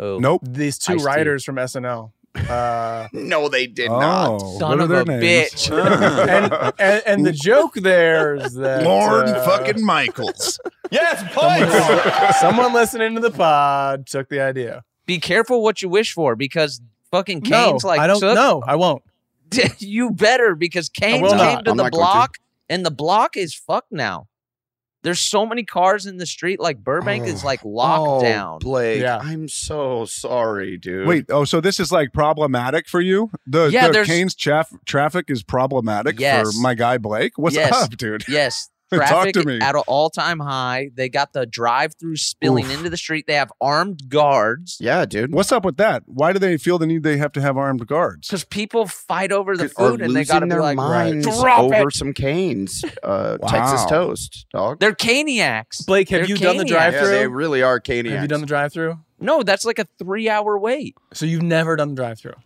Speaker 2: oh.
Speaker 4: nope.
Speaker 8: These two
Speaker 2: Ice-T.
Speaker 8: writers from SNL. Uh,
Speaker 5: No, they did
Speaker 4: Oh,
Speaker 2: son
Speaker 4: what are
Speaker 2: of
Speaker 4: their
Speaker 2: a
Speaker 4: names?
Speaker 2: bitch.
Speaker 8: and, and and the joke there is that
Speaker 4: Lorne
Speaker 8: uh,
Speaker 4: fucking Michaels.
Speaker 8: yes, someone, someone listening to the pod took the idea.
Speaker 2: Be careful what you wish for because fucking Kane's
Speaker 8: no,
Speaker 2: like
Speaker 8: I don't
Speaker 2: took-
Speaker 8: know. I won't.
Speaker 2: you better because Kane's
Speaker 8: will
Speaker 2: came
Speaker 8: not.
Speaker 2: to
Speaker 5: I'm
Speaker 2: the
Speaker 5: not going to.
Speaker 2: block and the block is fucked now. There's so many cars in the street. Like Burbank is like
Speaker 5: oh,
Speaker 2: locked down.
Speaker 5: Blake,
Speaker 8: Yeah.
Speaker 5: I'm so sorry, dude.
Speaker 4: Wait, oh, so this is like problematic for you? The,
Speaker 2: Yeah,
Speaker 4: the
Speaker 2: there's-
Speaker 4: Kane's chaff- traffic is problematic
Speaker 2: Yes.
Speaker 4: for my guy Blake. What's
Speaker 2: Yes.
Speaker 4: up, dude?
Speaker 2: Yes.
Speaker 4: Talk
Speaker 2: Traffic
Speaker 4: to me.
Speaker 2: at an all time high. They got the drive through spilling into the street. They have armed guards
Speaker 5: yeah, dude.
Speaker 4: What's up with that? Why do they feel the need they have to have armed guards?
Speaker 2: because people fight over the
Speaker 5: Are
Speaker 2: food and they
Speaker 5: losing
Speaker 2: got to be
Speaker 5: their
Speaker 2: like,
Speaker 5: minds
Speaker 2: drop
Speaker 5: over
Speaker 2: it.
Speaker 5: some canes, uh,
Speaker 4: Wow.
Speaker 5: Texas toast, dog.
Speaker 2: They're caniacs.
Speaker 8: Blake, have
Speaker 2: They're
Speaker 8: you done the
Speaker 2: caniacs.
Speaker 8: drive
Speaker 5: yeah,
Speaker 8: through?
Speaker 5: they really are caniacs.
Speaker 8: Have you done the drive through?
Speaker 2: No, that's like a three hour wait.
Speaker 8: So you've never done the drive through.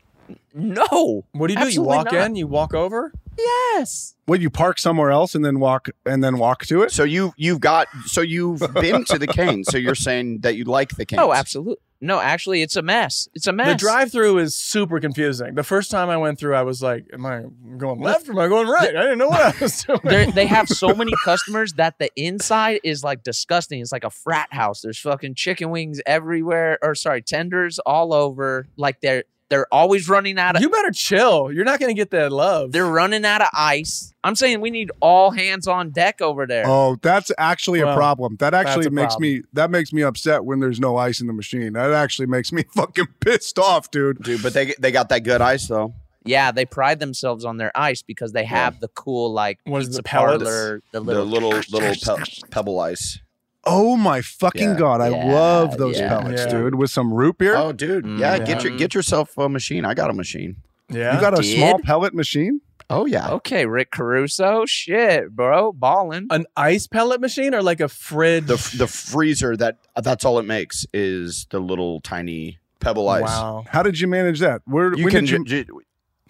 Speaker 2: No.
Speaker 8: What do you do?
Speaker 2: Absolutely
Speaker 8: you walk
Speaker 2: not.
Speaker 8: in, you walk over.
Speaker 2: Yes.
Speaker 4: What you park somewhere else and then walk and then walk to it?
Speaker 5: so you you've got so you've been to the canes. So you're saying that you like the canes?
Speaker 2: Oh, absolutely. No, actually, it's a mess. It's a mess.
Speaker 8: The drive through is super confusing. The first time I went through, I was like, "Am I going left? or Am I going right?" I didn't know what I was doing.
Speaker 2: They're- they have so many customers that the inside is like disgusting. It's like a frat house. There's fucking chicken wings everywhere, or sorry, tenders all over. Like they're they're always running out of
Speaker 8: you better chill. You're not going to get that love.
Speaker 2: they're running out of ice. I'm saying we need all hands on deck over there.
Speaker 4: Oh, that's actually
Speaker 8: Well,
Speaker 4: a problem. That actually
Speaker 8: a
Speaker 4: makes
Speaker 8: problem.
Speaker 4: me that makes me upset when there's no ice in the machine. That actually makes me fucking pissed off, dude.
Speaker 5: dude. But they they got that good ice though.
Speaker 2: Yeah, they pride themselves on their ice because they have the cool like
Speaker 8: What is it,
Speaker 2: pizza
Speaker 8: the pellets?
Speaker 2: parlor, the little
Speaker 5: the little little pe- pebble ice.
Speaker 4: Oh my fucking
Speaker 5: Yeah.
Speaker 4: god, I
Speaker 2: Yeah,
Speaker 4: love those
Speaker 2: yeah.
Speaker 4: pellets,
Speaker 8: Yeah.
Speaker 4: dude. With some root beer,
Speaker 5: Oh, dude, yeah.
Speaker 8: Mm.
Speaker 5: Get your get yourself a machine. I got a machine.
Speaker 8: yeah.
Speaker 4: you got a
Speaker 2: Did?
Speaker 4: small pellet machine.
Speaker 5: Oh yeah.
Speaker 2: Okay, Rick Caruso, shit, bro, ballin'.
Speaker 5: Uh,
Speaker 8: an ice pellet machine or like a fridge.
Speaker 5: The the freezer that that's all it makes is the little tiny pebble ice.
Speaker 8: Wow.
Speaker 4: How did you manage that? Where
Speaker 5: You
Speaker 4: when
Speaker 5: can.
Speaker 4: did you,
Speaker 5: ju-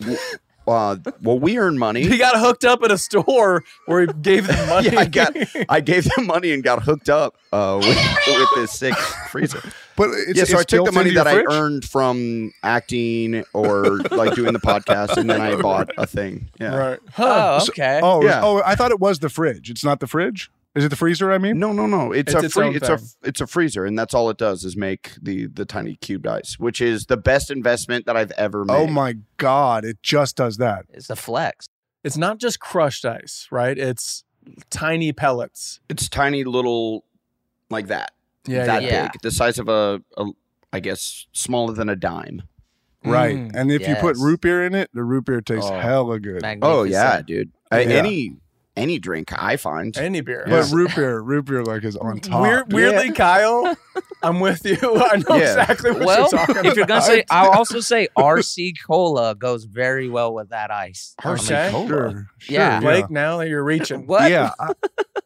Speaker 5: ju- uh, well, we earn money.
Speaker 8: He got hooked up at a store where he gave them money.
Speaker 5: Yeah, I got. I gave them money and got hooked up uh, with, with this sick freezer.
Speaker 4: But it's,
Speaker 5: yeah, so I
Speaker 4: it's
Speaker 5: took the
Speaker 4: built
Speaker 5: money
Speaker 4: into your
Speaker 5: that
Speaker 4: fridge?
Speaker 5: I earned from acting or like doing the podcast, and then I bought a thing. Yeah.
Speaker 8: right. Huh.
Speaker 2: Oh,
Speaker 4: So-
Speaker 2: okay.
Speaker 4: Oh,
Speaker 5: Yeah.
Speaker 4: oh, I thought it was the fridge. It's not the fridge. Is it the freezer? I mean,
Speaker 5: No, no, no. It's,
Speaker 8: It's
Speaker 5: a
Speaker 8: its
Speaker 5: free,
Speaker 8: own
Speaker 5: it's
Speaker 8: thing.
Speaker 5: a it's a freezer, and that's all it does is make the the tiny cubed ice, which is the best investment that I've ever made.
Speaker 4: Oh my god, it just does that.
Speaker 2: It's a flex.
Speaker 8: It's not just crushed ice, right? It's tiny pellets.
Speaker 5: It's tiny little like that,
Speaker 8: Yeah.
Speaker 5: that
Speaker 8: yeah.
Speaker 2: yeah.
Speaker 5: big, the size of a, a, I guess, smaller than a dime.
Speaker 4: Right.
Speaker 8: Mm.
Speaker 4: And if you put
Speaker 2: Yes.
Speaker 4: root beer in it, the root beer tastes
Speaker 5: Oh.
Speaker 4: hella good.
Speaker 5: Oh yeah, dude. I,
Speaker 4: Yeah.
Speaker 5: Any any drink I find.
Speaker 8: Any beer.
Speaker 4: But root beer, root beer like is on top.
Speaker 8: Weird, weirdly, Kyle, I'm with you. I know
Speaker 5: Yeah.
Speaker 8: exactly what
Speaker 2: well,
Speaker 8: you're talking about.
Speaker 2: if you're gonna say, I'll also say RC Cola goes very well with that ice.
Speaker 8: Okay.
Speaker 4: Sure, sure,
Speaker 2: Yeah.
Speaker 8: Blake, now that you're reaching,
Speaker 2: What?
Speaker 4: yeah. I-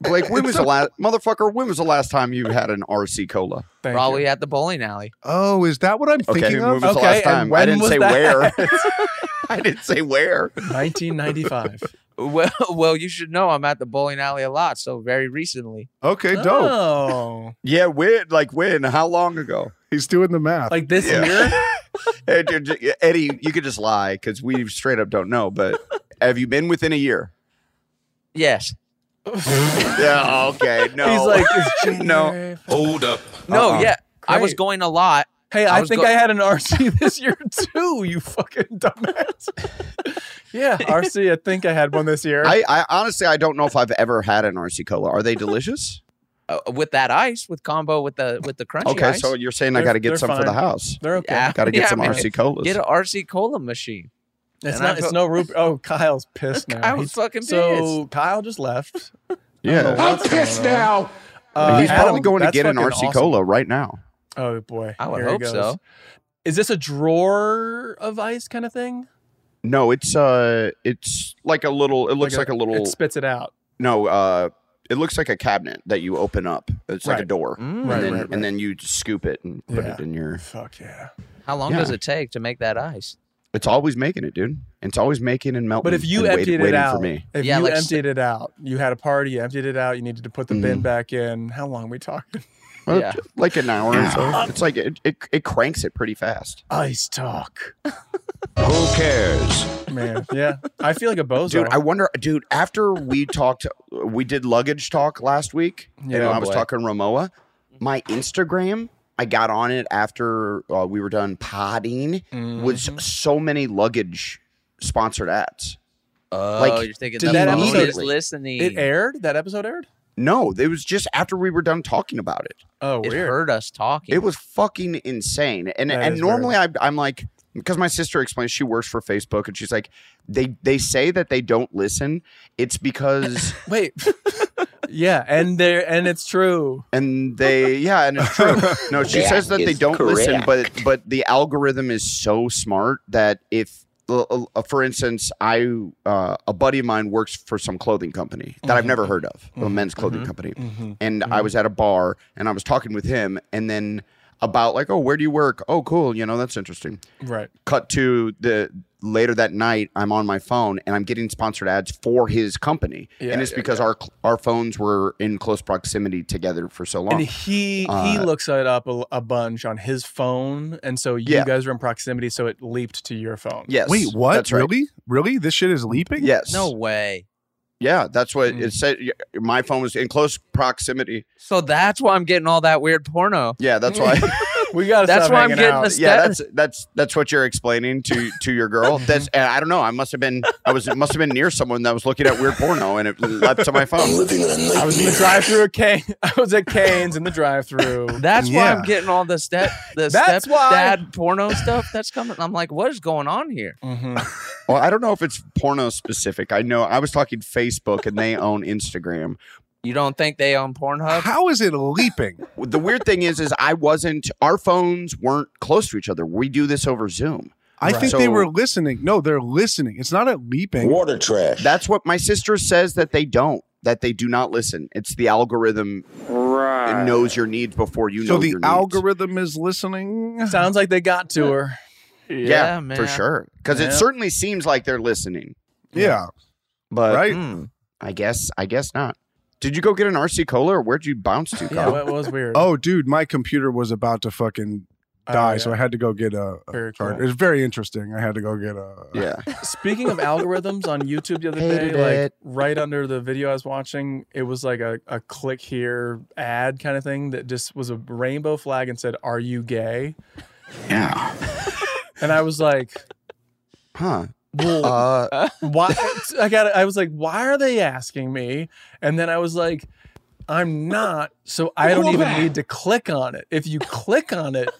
Speaker 5: Blake, when was the last motherfucker? When was the last time you had an RC cola?
Speaker 8: Thank you.
Speaker 2: Probably at the bowling alley.
Speaker 4: oh, is that what I'm
Speaker 5: Okay,
Speaker 4: thinking
Speaker 5: when was
Speaker 4: of?
Speaker 5: the
Speaker 8: Okay,
Speaker 5: last
Speaker 8: and
Speaker 5: time? I
Speaker 8: when
Speaker 5: didn't
Speaker 8: was
Speaker 5: say
Speaker 8: that?
Speaker 5: where. I didn't say where.
Speaker 8: 1995.
Speaker 2: Well, well, you should know I'm at the bowling alley a lot. So very recently,
Speaker 4: Okay, dope.
Speaker 8: Oh,
Speaker 5: Yeah, when? Like when? How long ago?
Speaker 4: He's doing the math.
Speaker 8: like this
Speaker 5: Yeah.
Speaker 8: year?
Speaker 5: Ed, you're ju- Eddie, you could just lie because we straight up don't know. But have you been within a year?
Speaker 2: yes.
Speaker 5: Yeah. Okay. No.
Speaker 8: He's like, it's
Speaker 5: No.
Speaker 8: January.
Speaker 7: Hold up.
Speaker 2: No,
Speaker 5: Uh-uh.
Speaker 2: yeah. I was
Speaker 8: Great.
Speaker 2: going a lot.
Speaker 8: Hey,
Speaker 2: I
Speaker 8: I,
Speaker 2: was
Speaker 8: think
Speaker 2: go-
Speaker 8: I had an RC this year too. You fucking dumbass. yeah, RC. I think I had one this year.
Speaker 5: I, I honestly, I don't know if I've ever had an RC cola. Are they delicious?
Speaker 2: Uh, with that ice, with combo with the with the crunchy
Speaker 5: Okay,
Speaker 2: ice.
Speaker 5: so you're saying I
Speaker 8: They're-
Speaker 5: got to
Speaker 8: they're
Speaker 5: get some for
Speaker 8: fine.
Speaker 5: the house.
Speaker 8: They're okay.
Speaker 2: Yeah.
Speaker 5: Got to get some
Speaker 2: man.
Speaker 5: RC colas.
Speaker 2: Get an RC cola machine.
Speaker 8: It's
Speaker 2: And
Speaker 8: not.
Speaker 2: I
Speaker 8: it's
Speaker 2: go-
Speaker 8: no Rupert. Oh, Kyle's pissed now.
Speaker 2: I was
Speaker 8: Uh, He's-
Speaker 2: fucking
Speaker 8: so Kyle just left.
Speaker 5: yeah,
Speaker 8: I'm pissed now. uh,
Speaker 5: he's probably going to get an RC cola right now.
Speaker 8: Oh boy,
Speaker 2: I would
Speaker 8: Here he
Speaker 2: hope
Speaker 8: goes.
Speaker 2: so.
Speaker 8: Is this a drawer of ice kind of thing?
Speaker 5: No, it's uh, it's like a little. It looks like, a, little.
Speaker 8: It spits it out.
Speaker 5: no, uh, it looks like a cabinet that you open up. It's like a
Speaker 8: Right.
Speaker 5: door,
Speaker 2: Mm.
Speaker 5: and
Speaker 8: Right,
Speaker 5: then
Speaker 8: right,
Speaker 5: and then you just scoop it and put
Speaker 8: Yeah.
Speaker 5: it in your.
Speaker 8: Fuck yeah.
Speaker 2: How long
Speaker 5: Yeah.
Speaker 2: does it take to make that ice?
Speaker 5: It's always making it, dude. It's always making and melting.
Speaker 8: But if you
Speaker 5: and wait-
Speaker 8: emptied it
Speaker 5: waiting
Speaker 8: out,
Speaker 5: for me,
Speaker 8: if
Speaker 2: Yeah,
Speaker 8: you
Speaker 2: like-
Speaker 8: emptied it out, you had a party, you emptied it out, you needed to put the bin
Speaker 5: Mhm.
Speaker 8: back in. How long are we talking?
Speaker 5: Well,
Speaker 2: Yeah.
Speaker 5: like an hour or so. It's like it, it, it cranks it pretty fast.
Speaker 8: Ice talk,
Speaker 7: Who cares?
Speaker 8: man. Yeah, I feel like a bozo.
Speaker 5: Dude, I wonder, dude, after we talked, we did luggage talk last week, and
Speaker 8: Yeah, oh
Speaker 5: I was
Speaker 8: boy.
Speaker 5: talking Ramoa, my Instagram, I got on it after uh, we were done potting,
Speaker 8: Mm.
Speaker 5: was
Speaker 8: Mm-hmm.
Speaker 5: so many luggage sponsored ads.
Speaker 2: Oh,
Speaker 5: Like,
Speaker 2: you're thinking
Speaker 5: did
Speaker 2: the
Speaker 8: that
Speaker 2: phone
Speaker 8: episode-
Speaker 2: is listening.
Speaker 8: it aired. That episode aired.
Speaker 5: No, it was just after we were done talking about it.
Speaker 8: Oh,
Speaker 2: It
Speaker 8: weird.
Speaker 2: heard us talking.
Speaker 5: It was fucking insane. And
Speaker 8: That
Speaker 5: and
Speaker 8: is
Speaker 5: normally I, I'm like, because my sister explains she works for Facebook, and she's like, they they say that they don't listen. It's because
Speaker 8: Wait. yeah, and there, and it's true.
Speaker 5: and they yeah, and it's true. No, she
Speaker 6: That
Speaker 5: says that they
Speaker 6: is
Speaker 5: don't listen, but but the algorithm is so smart that if l- uh, for instance, I uh, a buddy of mine works for some clothing company that I've
Speaker 6: Mm-hmm.
Speaker 5: never heard of,
Speaker 8: Mm-hmm.
Speaker 5: a men's clothing company. and I was at a bar and I was talking with him and then about like, oh, where do you work? Oh, cool. You know, that's interesting.
Speaker 8: Right.
Speaker 5: Cut to the later that night, I'm on my phone and I'm getting sponsored ads for his company.
Speaker 8: Yeah,
Speaker 5: and it's
Speaker 8: yeah,
Speaker 5: because our our phones were in close proximity together for so long.
Speaker 8: And he he
Speaker 5: Uh,
Speaker 8: looks it up a, a bunch on his phone, and so you
Speaker 5: Yeah.
Speaker 8: guys were in proximity, so it leaped to your phone.
Speaker 5: yes.
Speaker 4: Wait, what?
Speaker 5: That's right.
Speaker 4: Really? Really? This shit is leaping?
Speaker 5: Yes.
Speaker 2: no way.
Speaker 5: Yeah, that's what
Speaker 8: Mm.
Speaker 5: it said. Y- My phone was in close proximity.
Speaker 2: So that's why I'm getting all that weird porno.
Speaker 5: Yeah,
Speaker 8: Hmm.
Speaker 5: that's why.
Speaker 8: we got.
Speaker 2: That's why I'm getting
Speaker 8: out.
Speaker 2: the
Speaker 5: yeah,
Speaker 2: That-
Speaker 5: that's that's that's what you're explaining to to your girl. That's and I don't know. I must have been I was must have been near someone that was looking at weird porno and it leapt to my
Speaker 7: I'm
Speaker 5: phone.
Speaker 7: living in a
Speaker 8: I was in the
Speaker 7: nightmare.
Speaker 8: drive-through at Kane. I was at Kane's in the drive-through.
Speaker 2: That's why I'm
Speaker 4: Yeah.
Speaker 2: getting all the step the step
Speaker 8: That's why-
Speaker 2: dad porno stuff that's coming. I'm like, what is going on here?
Speaker 4: Mm-hmm.
Speaker 5: Well, I don't know if it's porno specific. I know I was talking Facebook and they own Instagram.
Speaker 2: You don't think they own Pornhub?
Speaker 4: How is it leaping?
Speaker 5: The weird thing is, is I wasn't. Our phones weren't close to each other. We do this over Zoom.
Speaker 4: I
Speaker 5: Right.
Speaker 4: think they
Speaker 5: So-
Speaker 4: were listening. No, they're listening. It's not a leaping.
Speaker 7: Water trash.
Speaker 5: That's what my sister says that they don't. That they do not listen. It's the algorithm right. knows your needs before you
Speaker 4: so
Speaker 5: know
Speaker 4: the
Speaker 5: your needs.
Speaker 4: algorithm is listening.
Speaker 8: Sounds like they got to her.
Speaker 5: yeah,
Speaker 2: Yeah, man.
Speaker 5: for sure. Because it
Speaker 8: Yeah.
Speaker 5: certainly seems like they're listening,
Speaker 4: Yeah.
Speaker 5: but
Speaker 4: Right?
Speaker 2: Mm.
Speaker 5: I guess I guess not. Did you go get an RC cola or where'd you bounce to,
Speaker 8: Yeah,
Speaker 5: Kyle?
Speaker 8: what was weird.
Speaker 4: Oh, dude, my computer was about to fucking die,
Speaker 8: Oh, yeah.
Speaker 4: so I had to go get a, a
Speaker 8: Very
Speaker 4: card.
Speaker 8: cool.
Speaker 4: It was very interesting. I had to go get a.
Speaker 5: yeah.
Speaker 8: uh, Speaking of algorithms on YouTube the other
Speaker 6: Hated
Speaker 8: day, like
Speaker 6: it.
Speaker 8: right under the video I was watching, it was like a, a click here ad kind of thing that just was a rainbow flag and said, Are you gay?
Speaker 5: Yeah.
Speaker 8: And I was like,
Speaker 5: Huh.
Speaker 8: Well,
Speaker 5: Uh,
Speaker 8: why I got I was like, why are they asking me? And then I was like, I'm not, so I don't even need to click on it. If you click on it,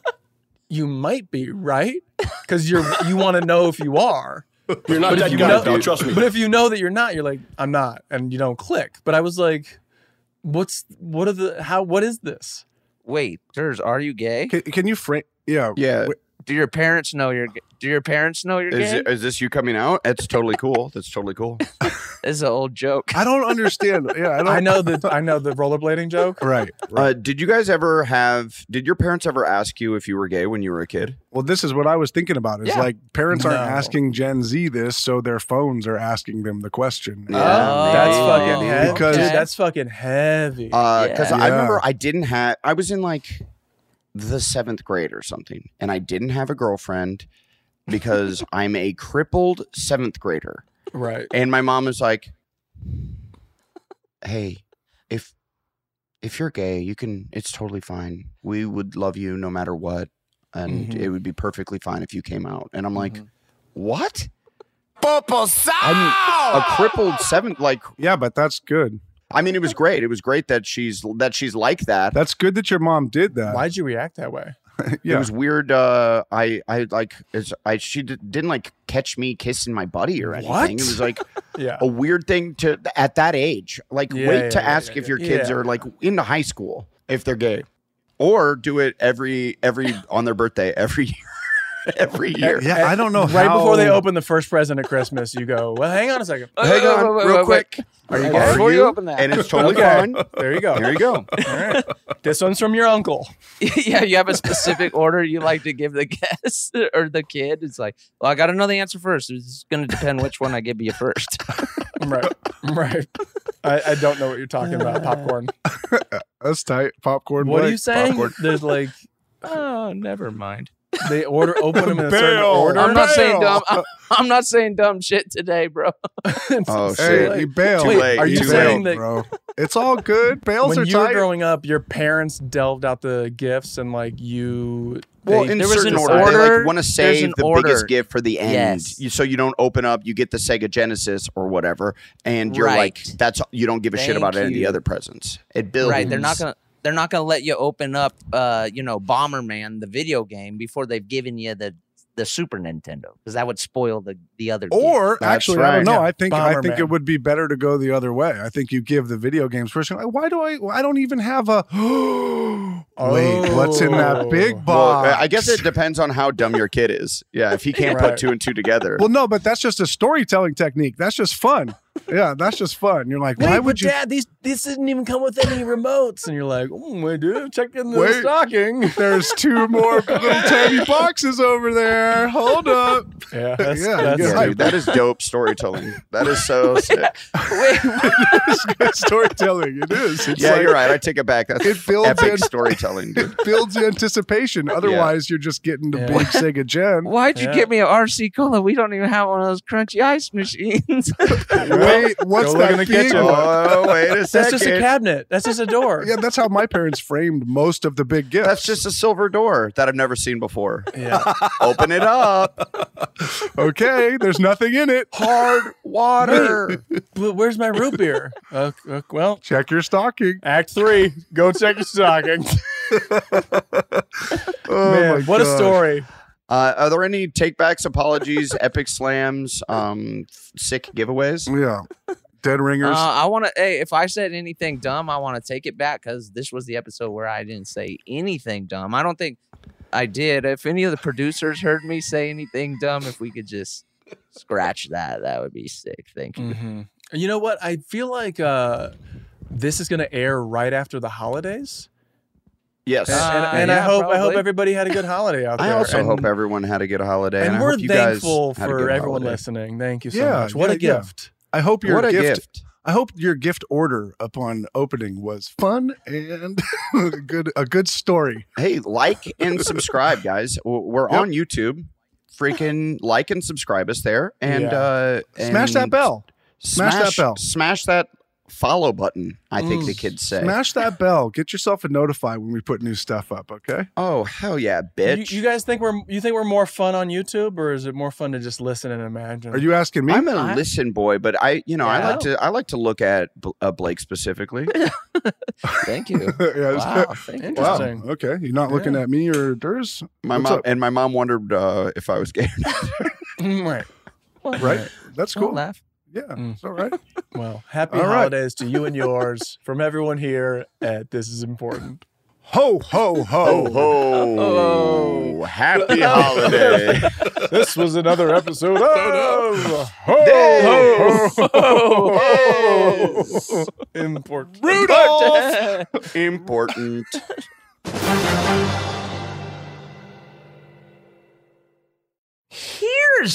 Speaker 8: you might be, right? Cuz you're you want to know if you are.
Speaker 9: You're not
Speaker 8: But if
Speaker 9: that
Speaker 8: you
Speaker 9: guy,
Speaker 8: know-
Speaker 9: though. Trust me.
Speaker 8: But if you know that you're not, you're like, I'm not, and you don't click. But I was like, what's what are the how what is this?
Speaker 2: Wait, Durs, are you gay?
Speaker 4: Can, can you frame? Yeah.
Speaker 5: Yeah.
Speaker 2: Do your parents know you're? Gay? Do your parents know you're
Speaker 5: Is,
Speaker 2: gay?
Speaker 5: is this you coming out? That's totally cool. That's totally cool.
Speaker 2: This is an old joke.
Speaker 4: I don't understand. Yeah, I don't.
Speaker 8: I know the I know the rollerblading joke.
Speaker 4: Right.
Speaker 5: Uh, did you guys ever have? Did your parents ever ask you if you were gay when you were a kid?
Speaker 4: Well, this is what I was thinking about. Is
Speaker 5: Yeah.
Speaker 4: like parents aren't
Speaker 8: No.
Speaker 4: asking Gen Z this, so their phones are asking them the question.
Speaker 5: Yeah.
Speaker 2: Oh,
Speaker 8: that's
Speaker 2: maybe.
Speaker 8: fucking heavy.
Speaker 4: Because-
Speaker 8: Dude, that's fucking heavy.
Speaker 5: Uh, because
Speaker 4: Yeah.
Speaker 5: I
Speaker 4: Yeah.
Speaker 5: remember I didn't have. I was in like the seventh grade or something, and I didn't have a girlfriend because I'm a crippled seventh grader.
Speaker 8: right.
Speaker 5: And my mom was like, "Hey, if if you're gay, you can. It's totally fine. We would love you no matter what, and it would be perfectly fine if you came out." And I'm like, "What?
Speaker 6: Popo Sao!
Speaker 5: I'm a crippled seventh? Like,
Speaker 4: Yeah, but that's good.
Speaker 5: I mean, it was great. It was great that she's that she's like that.
Speaker 4: That's good that your mom did that.
Speaker 8: Why'd you react that way?
Speaker 4: Yeah.
Speaker 5: It was weird. Uh, I I like it's, I she d- didn't like catch me kissing my buddy or anything.
Speaker 8: What?
Speaker 5: It was like
Speaker 8: Yeah.
Speaker 5: a weird thing to at that age. Like
Speaker 8: Yeah,
Speaker 5: wait
Speaker 8: yeah,
Speaker 5: to
Speaker 8: yeah,
Speaker 5: ask
Speaker 8: yeah,
Speaker 5: if
Speaker 8: yeah.
Speaker 5: your kids
Speaker 8: Yeah.
Speaker 5: are like into high school if they're gay, or do it every every on their birthday every year every year.
Speaker 4: Yeah, I don't know.
Speaker 8: Right
Speaker 4: how-
Speaker 8: before they open the first present at Christmas, you go, Well, hang on a second.
Speaker 5: Hang on, real quick.
Speaker 8: Are you
Speaker 5: Are
Speaker 8: gay?
Speaker 2: Before you open that.
Speaker 5: and it's totally
Speaker 8: Okay.
Speaker 5: fine.
Speaker 8: There you go.
Speaker 5: There you go.
Speaker 8: All right. This one's from your uncle.
Speaker 2: yeah, you have a specific order you like to give the guest or the kid. It's like, well, I got to know the answer first. It's going to depend which one I give you first.
Speaker 8: Right. Right. I, I don't know what you're talking about. Popcorn.
Speaker 4: That's tight. Popcorn.
Speaker 8: What are
Speaker 4: Blake.
Speaker 8: you saying?
Speaker 4: Popcorn.
Speaker 8: There's like
Speaker 2: oh, never mind.
Speaker 8: they order open them in a certain
Speaker 4: Bail.
Speaker 8: order.
Speaker 2: I'm not
Speaker 4: Bail.
Speaker 2: saying dumb. I'm, I'm not saying dumb shit today, bro.
Speaker 8: It's
Speaker 5: Oh,
Speaker 8: so
Speaker 5: shit.
Speaker 4: Hey,
Speaker 8: late.
Speaker 4: you bailed.
Speaker 8: Wait,
Speaker 5: late,
Speaker 8: are you
Speaker 5: too
Speaker 8: saying
Speaker 4: bailed,
Speaker 8: that
Speaker 4: bro? It's all good. Bails
Speaker 8: when
Speaker 4: are
Speaker 8: you were
Speaker 4: tight.
Speaker 8: growing up, your parents delved out the gifts and like you?
Speaker 5: Well,
Speaker 8: they-
Speaker 5: in
Speaker 2: there was
Speaker 5: certain
Speaker 2: an
Speaker 5: order, they
Speaker 2: order.
Speaker 5: like want to
Speaker 2: There's
Speaker 5: save
Speaker 2: an
Speaker 5: the
Speaker 2: order.
Speaker 5: biggest gift for the end,
Speaker 2: Yes.
Speaker 5: you, so you don't open up. You get the Sega Genesis or whatever, and you're
Speaker 2: Right.
Speaker 5: like, "That's you don't give a shit
Speaker 2: Thank
Speaker 5: about any of the
Speaker 2: you.
Speaker 5: other presents." It builds.
Speaker 2: Right? They're not gonna. They're not gonna let you open up, uh, you know, Bomberman, the video game, before they've given you the the Super Nintendo, because that would spoil the the other. game.
Speaker 4: Or
Speaker 5: That's
Speaker 4: actually, I
Speaker 5: right.
Speaker 4: don't know.
Speaker 8: Yeah.
Speaker 4: I think I think
Speaker 8: Bomberman.
Speaker 4: it would be better to go the other way. I think you give the video games first. You're Like, why do I? I don't even have a. Wait, what's in that
Speaker 8: Oh.
Speaker 4: big
Speaker 5: Well, uh,
Speaker 4: box?
Speaker 5: I guess it depends on how dumb your kid is. Yeah, if he can't
Speaker 8: Right.
Speaker 5: put two and two together,
Speaker 4: Well, no, but that's just a storytelling technique. That's just fun. Yeah, that's just fun. You're like,
Speaker 8: Wait,
Speaker 4: why
Speaker 8: but
Speaker 4: would you?
Speaker 8: Dad, these this didn't even come with any remotes, and you're like, mm, wait, dude, check in the
Speaker 4: Wait.
Speaker 8: stocking.
Speaker 4: There's two more little tiny boxes over there. Hold up.
Speaker 8: Yeah, that's,
Speaker 4: Yeah,
Speaker 8: that's
Speaker 4: yeah.
Speaker 5: yeah, dude, that is dope storytelling. That is so sick.
Speaker 2: Wait,
Speaker 4: It's good storytelling. It is. It's
Speaker 5: Yeah,
Speaker 4: like,
Speaker 5: you're right. I take it back. That's
Speaker 4: It builds
Speaker 5: epic
Speaker 4: in-
Speaker 5: storytelling, dude.
Speaker 4: It builds the anticipation. Otherwise, you're just getting the
Speaker 8: Yeah.
Speaker 4: big Sega Gen.
Speaker 2: why'd you
Speaker 8: Yeah.
Speaker 2: get me an RC cola? We don't even have one of those crunchy ice machines.
Speaker 4: Wait, what's
Speaker 8: Go look
Speaker 4: that
Speaker 8: in the
Speaker 4: big
Speaker 8: kitchen.
Speaker 4: one?
Speaker 5: Oh, wait a
Speaker 8: That's
Speaker 5: second.
Speaker 8: just a cabinet. That's just a door.
Speaker 4: Yeah, that's how my parents framed most of the big gifts.
Speaker 5: That's just a silver door that I've never seen before.
Speaker 8: yeah.
Speaker 5: Open it up.
Speaker 4: okay. There's nothing in it.
Speaker 5: Hard water.
Speaker 8: Well, Where's my root beer? Uh, uh, well,
Speaker 4: Check your stocking.
Speaker 8: Act Three. Go check your stocking.
Speaker 4: Oh
Speaker 8: Man,
Speaker 4: my
Speaker 8: what a
Speaker 4: gosh.
Speaker 8: story.
Speaker 5: Uh, are there any takebacks, apologies, epic slams, um, f- sick giveaways?
Speaker 4: Yeah, dead
Speaker 2: Uh,
Speaker 4: ringers.
Speaker 2: I want to. Hey, if I said anything dumb, I want to take it back because this was the episode where I didn't say anything dumb. I don't think I did. If any of the producers heard me say anything dumb, if we could just scratch that, that would be sick. Thank
Speaker 4: Mm.
Speaker 2: you.
Speaker 8: You know what? I feel like uh, this is going to air right after the holidays,
Speaker 5: Yes.
Speaker 8: and, and-
Speaker 2: Uh,
Speaker 8: and I
Speaker 2: yeah,
Speaker 8: hope I hope
Speaker 2: probably.
Speaker 8: everybody had a good holiday out there.
Speaker 5: I also
Speaker 8: and,
Speaker 5: hope everyone had a good holiday. And,
Speaker 8: And,
Speaker 5: I
Speaker 8: we're
Speaker 5: hope you guys
Speaker 8: thankful
Speaker 5: had a
Speaker 8: for
Speaker 5: good
Speaker 8: everyone
Speaker 5: holiday.
Speaker 8: listening. Thank you so
Speaker 4: Yeah,
Speaker 8: much. What a
Speaker 4: yeah, yeah.
Speaker 8: gift!
Speaker 4: I hope your
Speaker 5: What a
Speaker 4: gift,
Speaker 5: gift.
Speaker 4: I hope your gift order upon opening was fun and a good a good story.
Speaker 5: Hey, like and subscribe, guys. W- We're on YouTube. Freaking like and subscribe us there. And
Speaker 8: Yeah.
Speaker 5: uh,
Speaker 4: Smash that
Speaker 5: and
Speaker 4: bell. Smash that bell.
Speaker 5: Smash that follow button, I think
Speaker 8: Mm.
Speaker 5: the kids say.
Speaker 4: Smash that bell. Get yourself a notify when we put new stuff up, okay?
Speaker 5: Oh, hell yeah,
Speaker 8: You,
Speaker 5: bitch.
Speaker 8: you guys think we're you think we're more fun on YouTube, or is it more fun to just listen and imagine?
Speaker 4: Are you asking me?
Speaker 5: I'm a
Speaker 2: I-
Speaker 5: listen boy, but I, you know, I like
Speaker 2: Yeah.
Speaker 5: to, I like to look at Bl- uh, Blake specifically.
Speaker 2: Thank you.
Speaker 4: Yeah, it's-
Speaker 2: wow. Thank you.
Speaker 4: wow.
Speaker 8: Interesting.
Speaker 4: Okay. You're not looking
Speaker 8: Yeah.
Speaker 4: at me or Durs?
Speaker 5: My
Speaker 4: What's
Speaker 5: mom
Speaker 4: up?
Speaker 5: and my mom wondered uh, if I was gay.
Speaker 8: right?
Speaker 4: right? That's
Speaker 2: Don't
Speaker 4: cool.
Speaker 2: laugh.
Speaker 4: Yeah,
Speaker 8: Mm.
Speaker 4: it's all right.
Speaker 8: Well, happy
Speaker 4: All right.
Speaker 8: holidays to you and yours from everyone here at This Is Important.
Speaker 4: Ho ho
Speaker 5: Oh,
Speaker 4: ho!
Speaker 5: ho. Oh. Happy holiday.
Speaker 8: This was another episode of
Speaker 5: Ho,
Speaker 8: Important.
Speaker 5: Rudolph! Important.
Speaker 2: Here's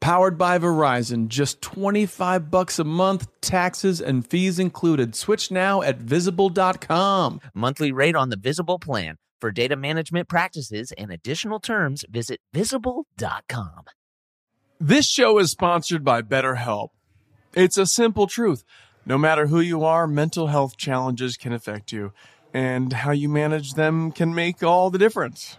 Speaker 10: powered by Verizon. Just 25 bucks a month, taxes and fees included. Switch now at visible.com.
Speaker 2: Monthly rate on the visible plan. For data management practices and additional terms, visit visible.com.
Speaker 10: This show is sponsored by BetterHelp.
Speaker 8: It's a simple truth. No matter who you are, mental health challenges can affect you, and how you manage them can make all the difference.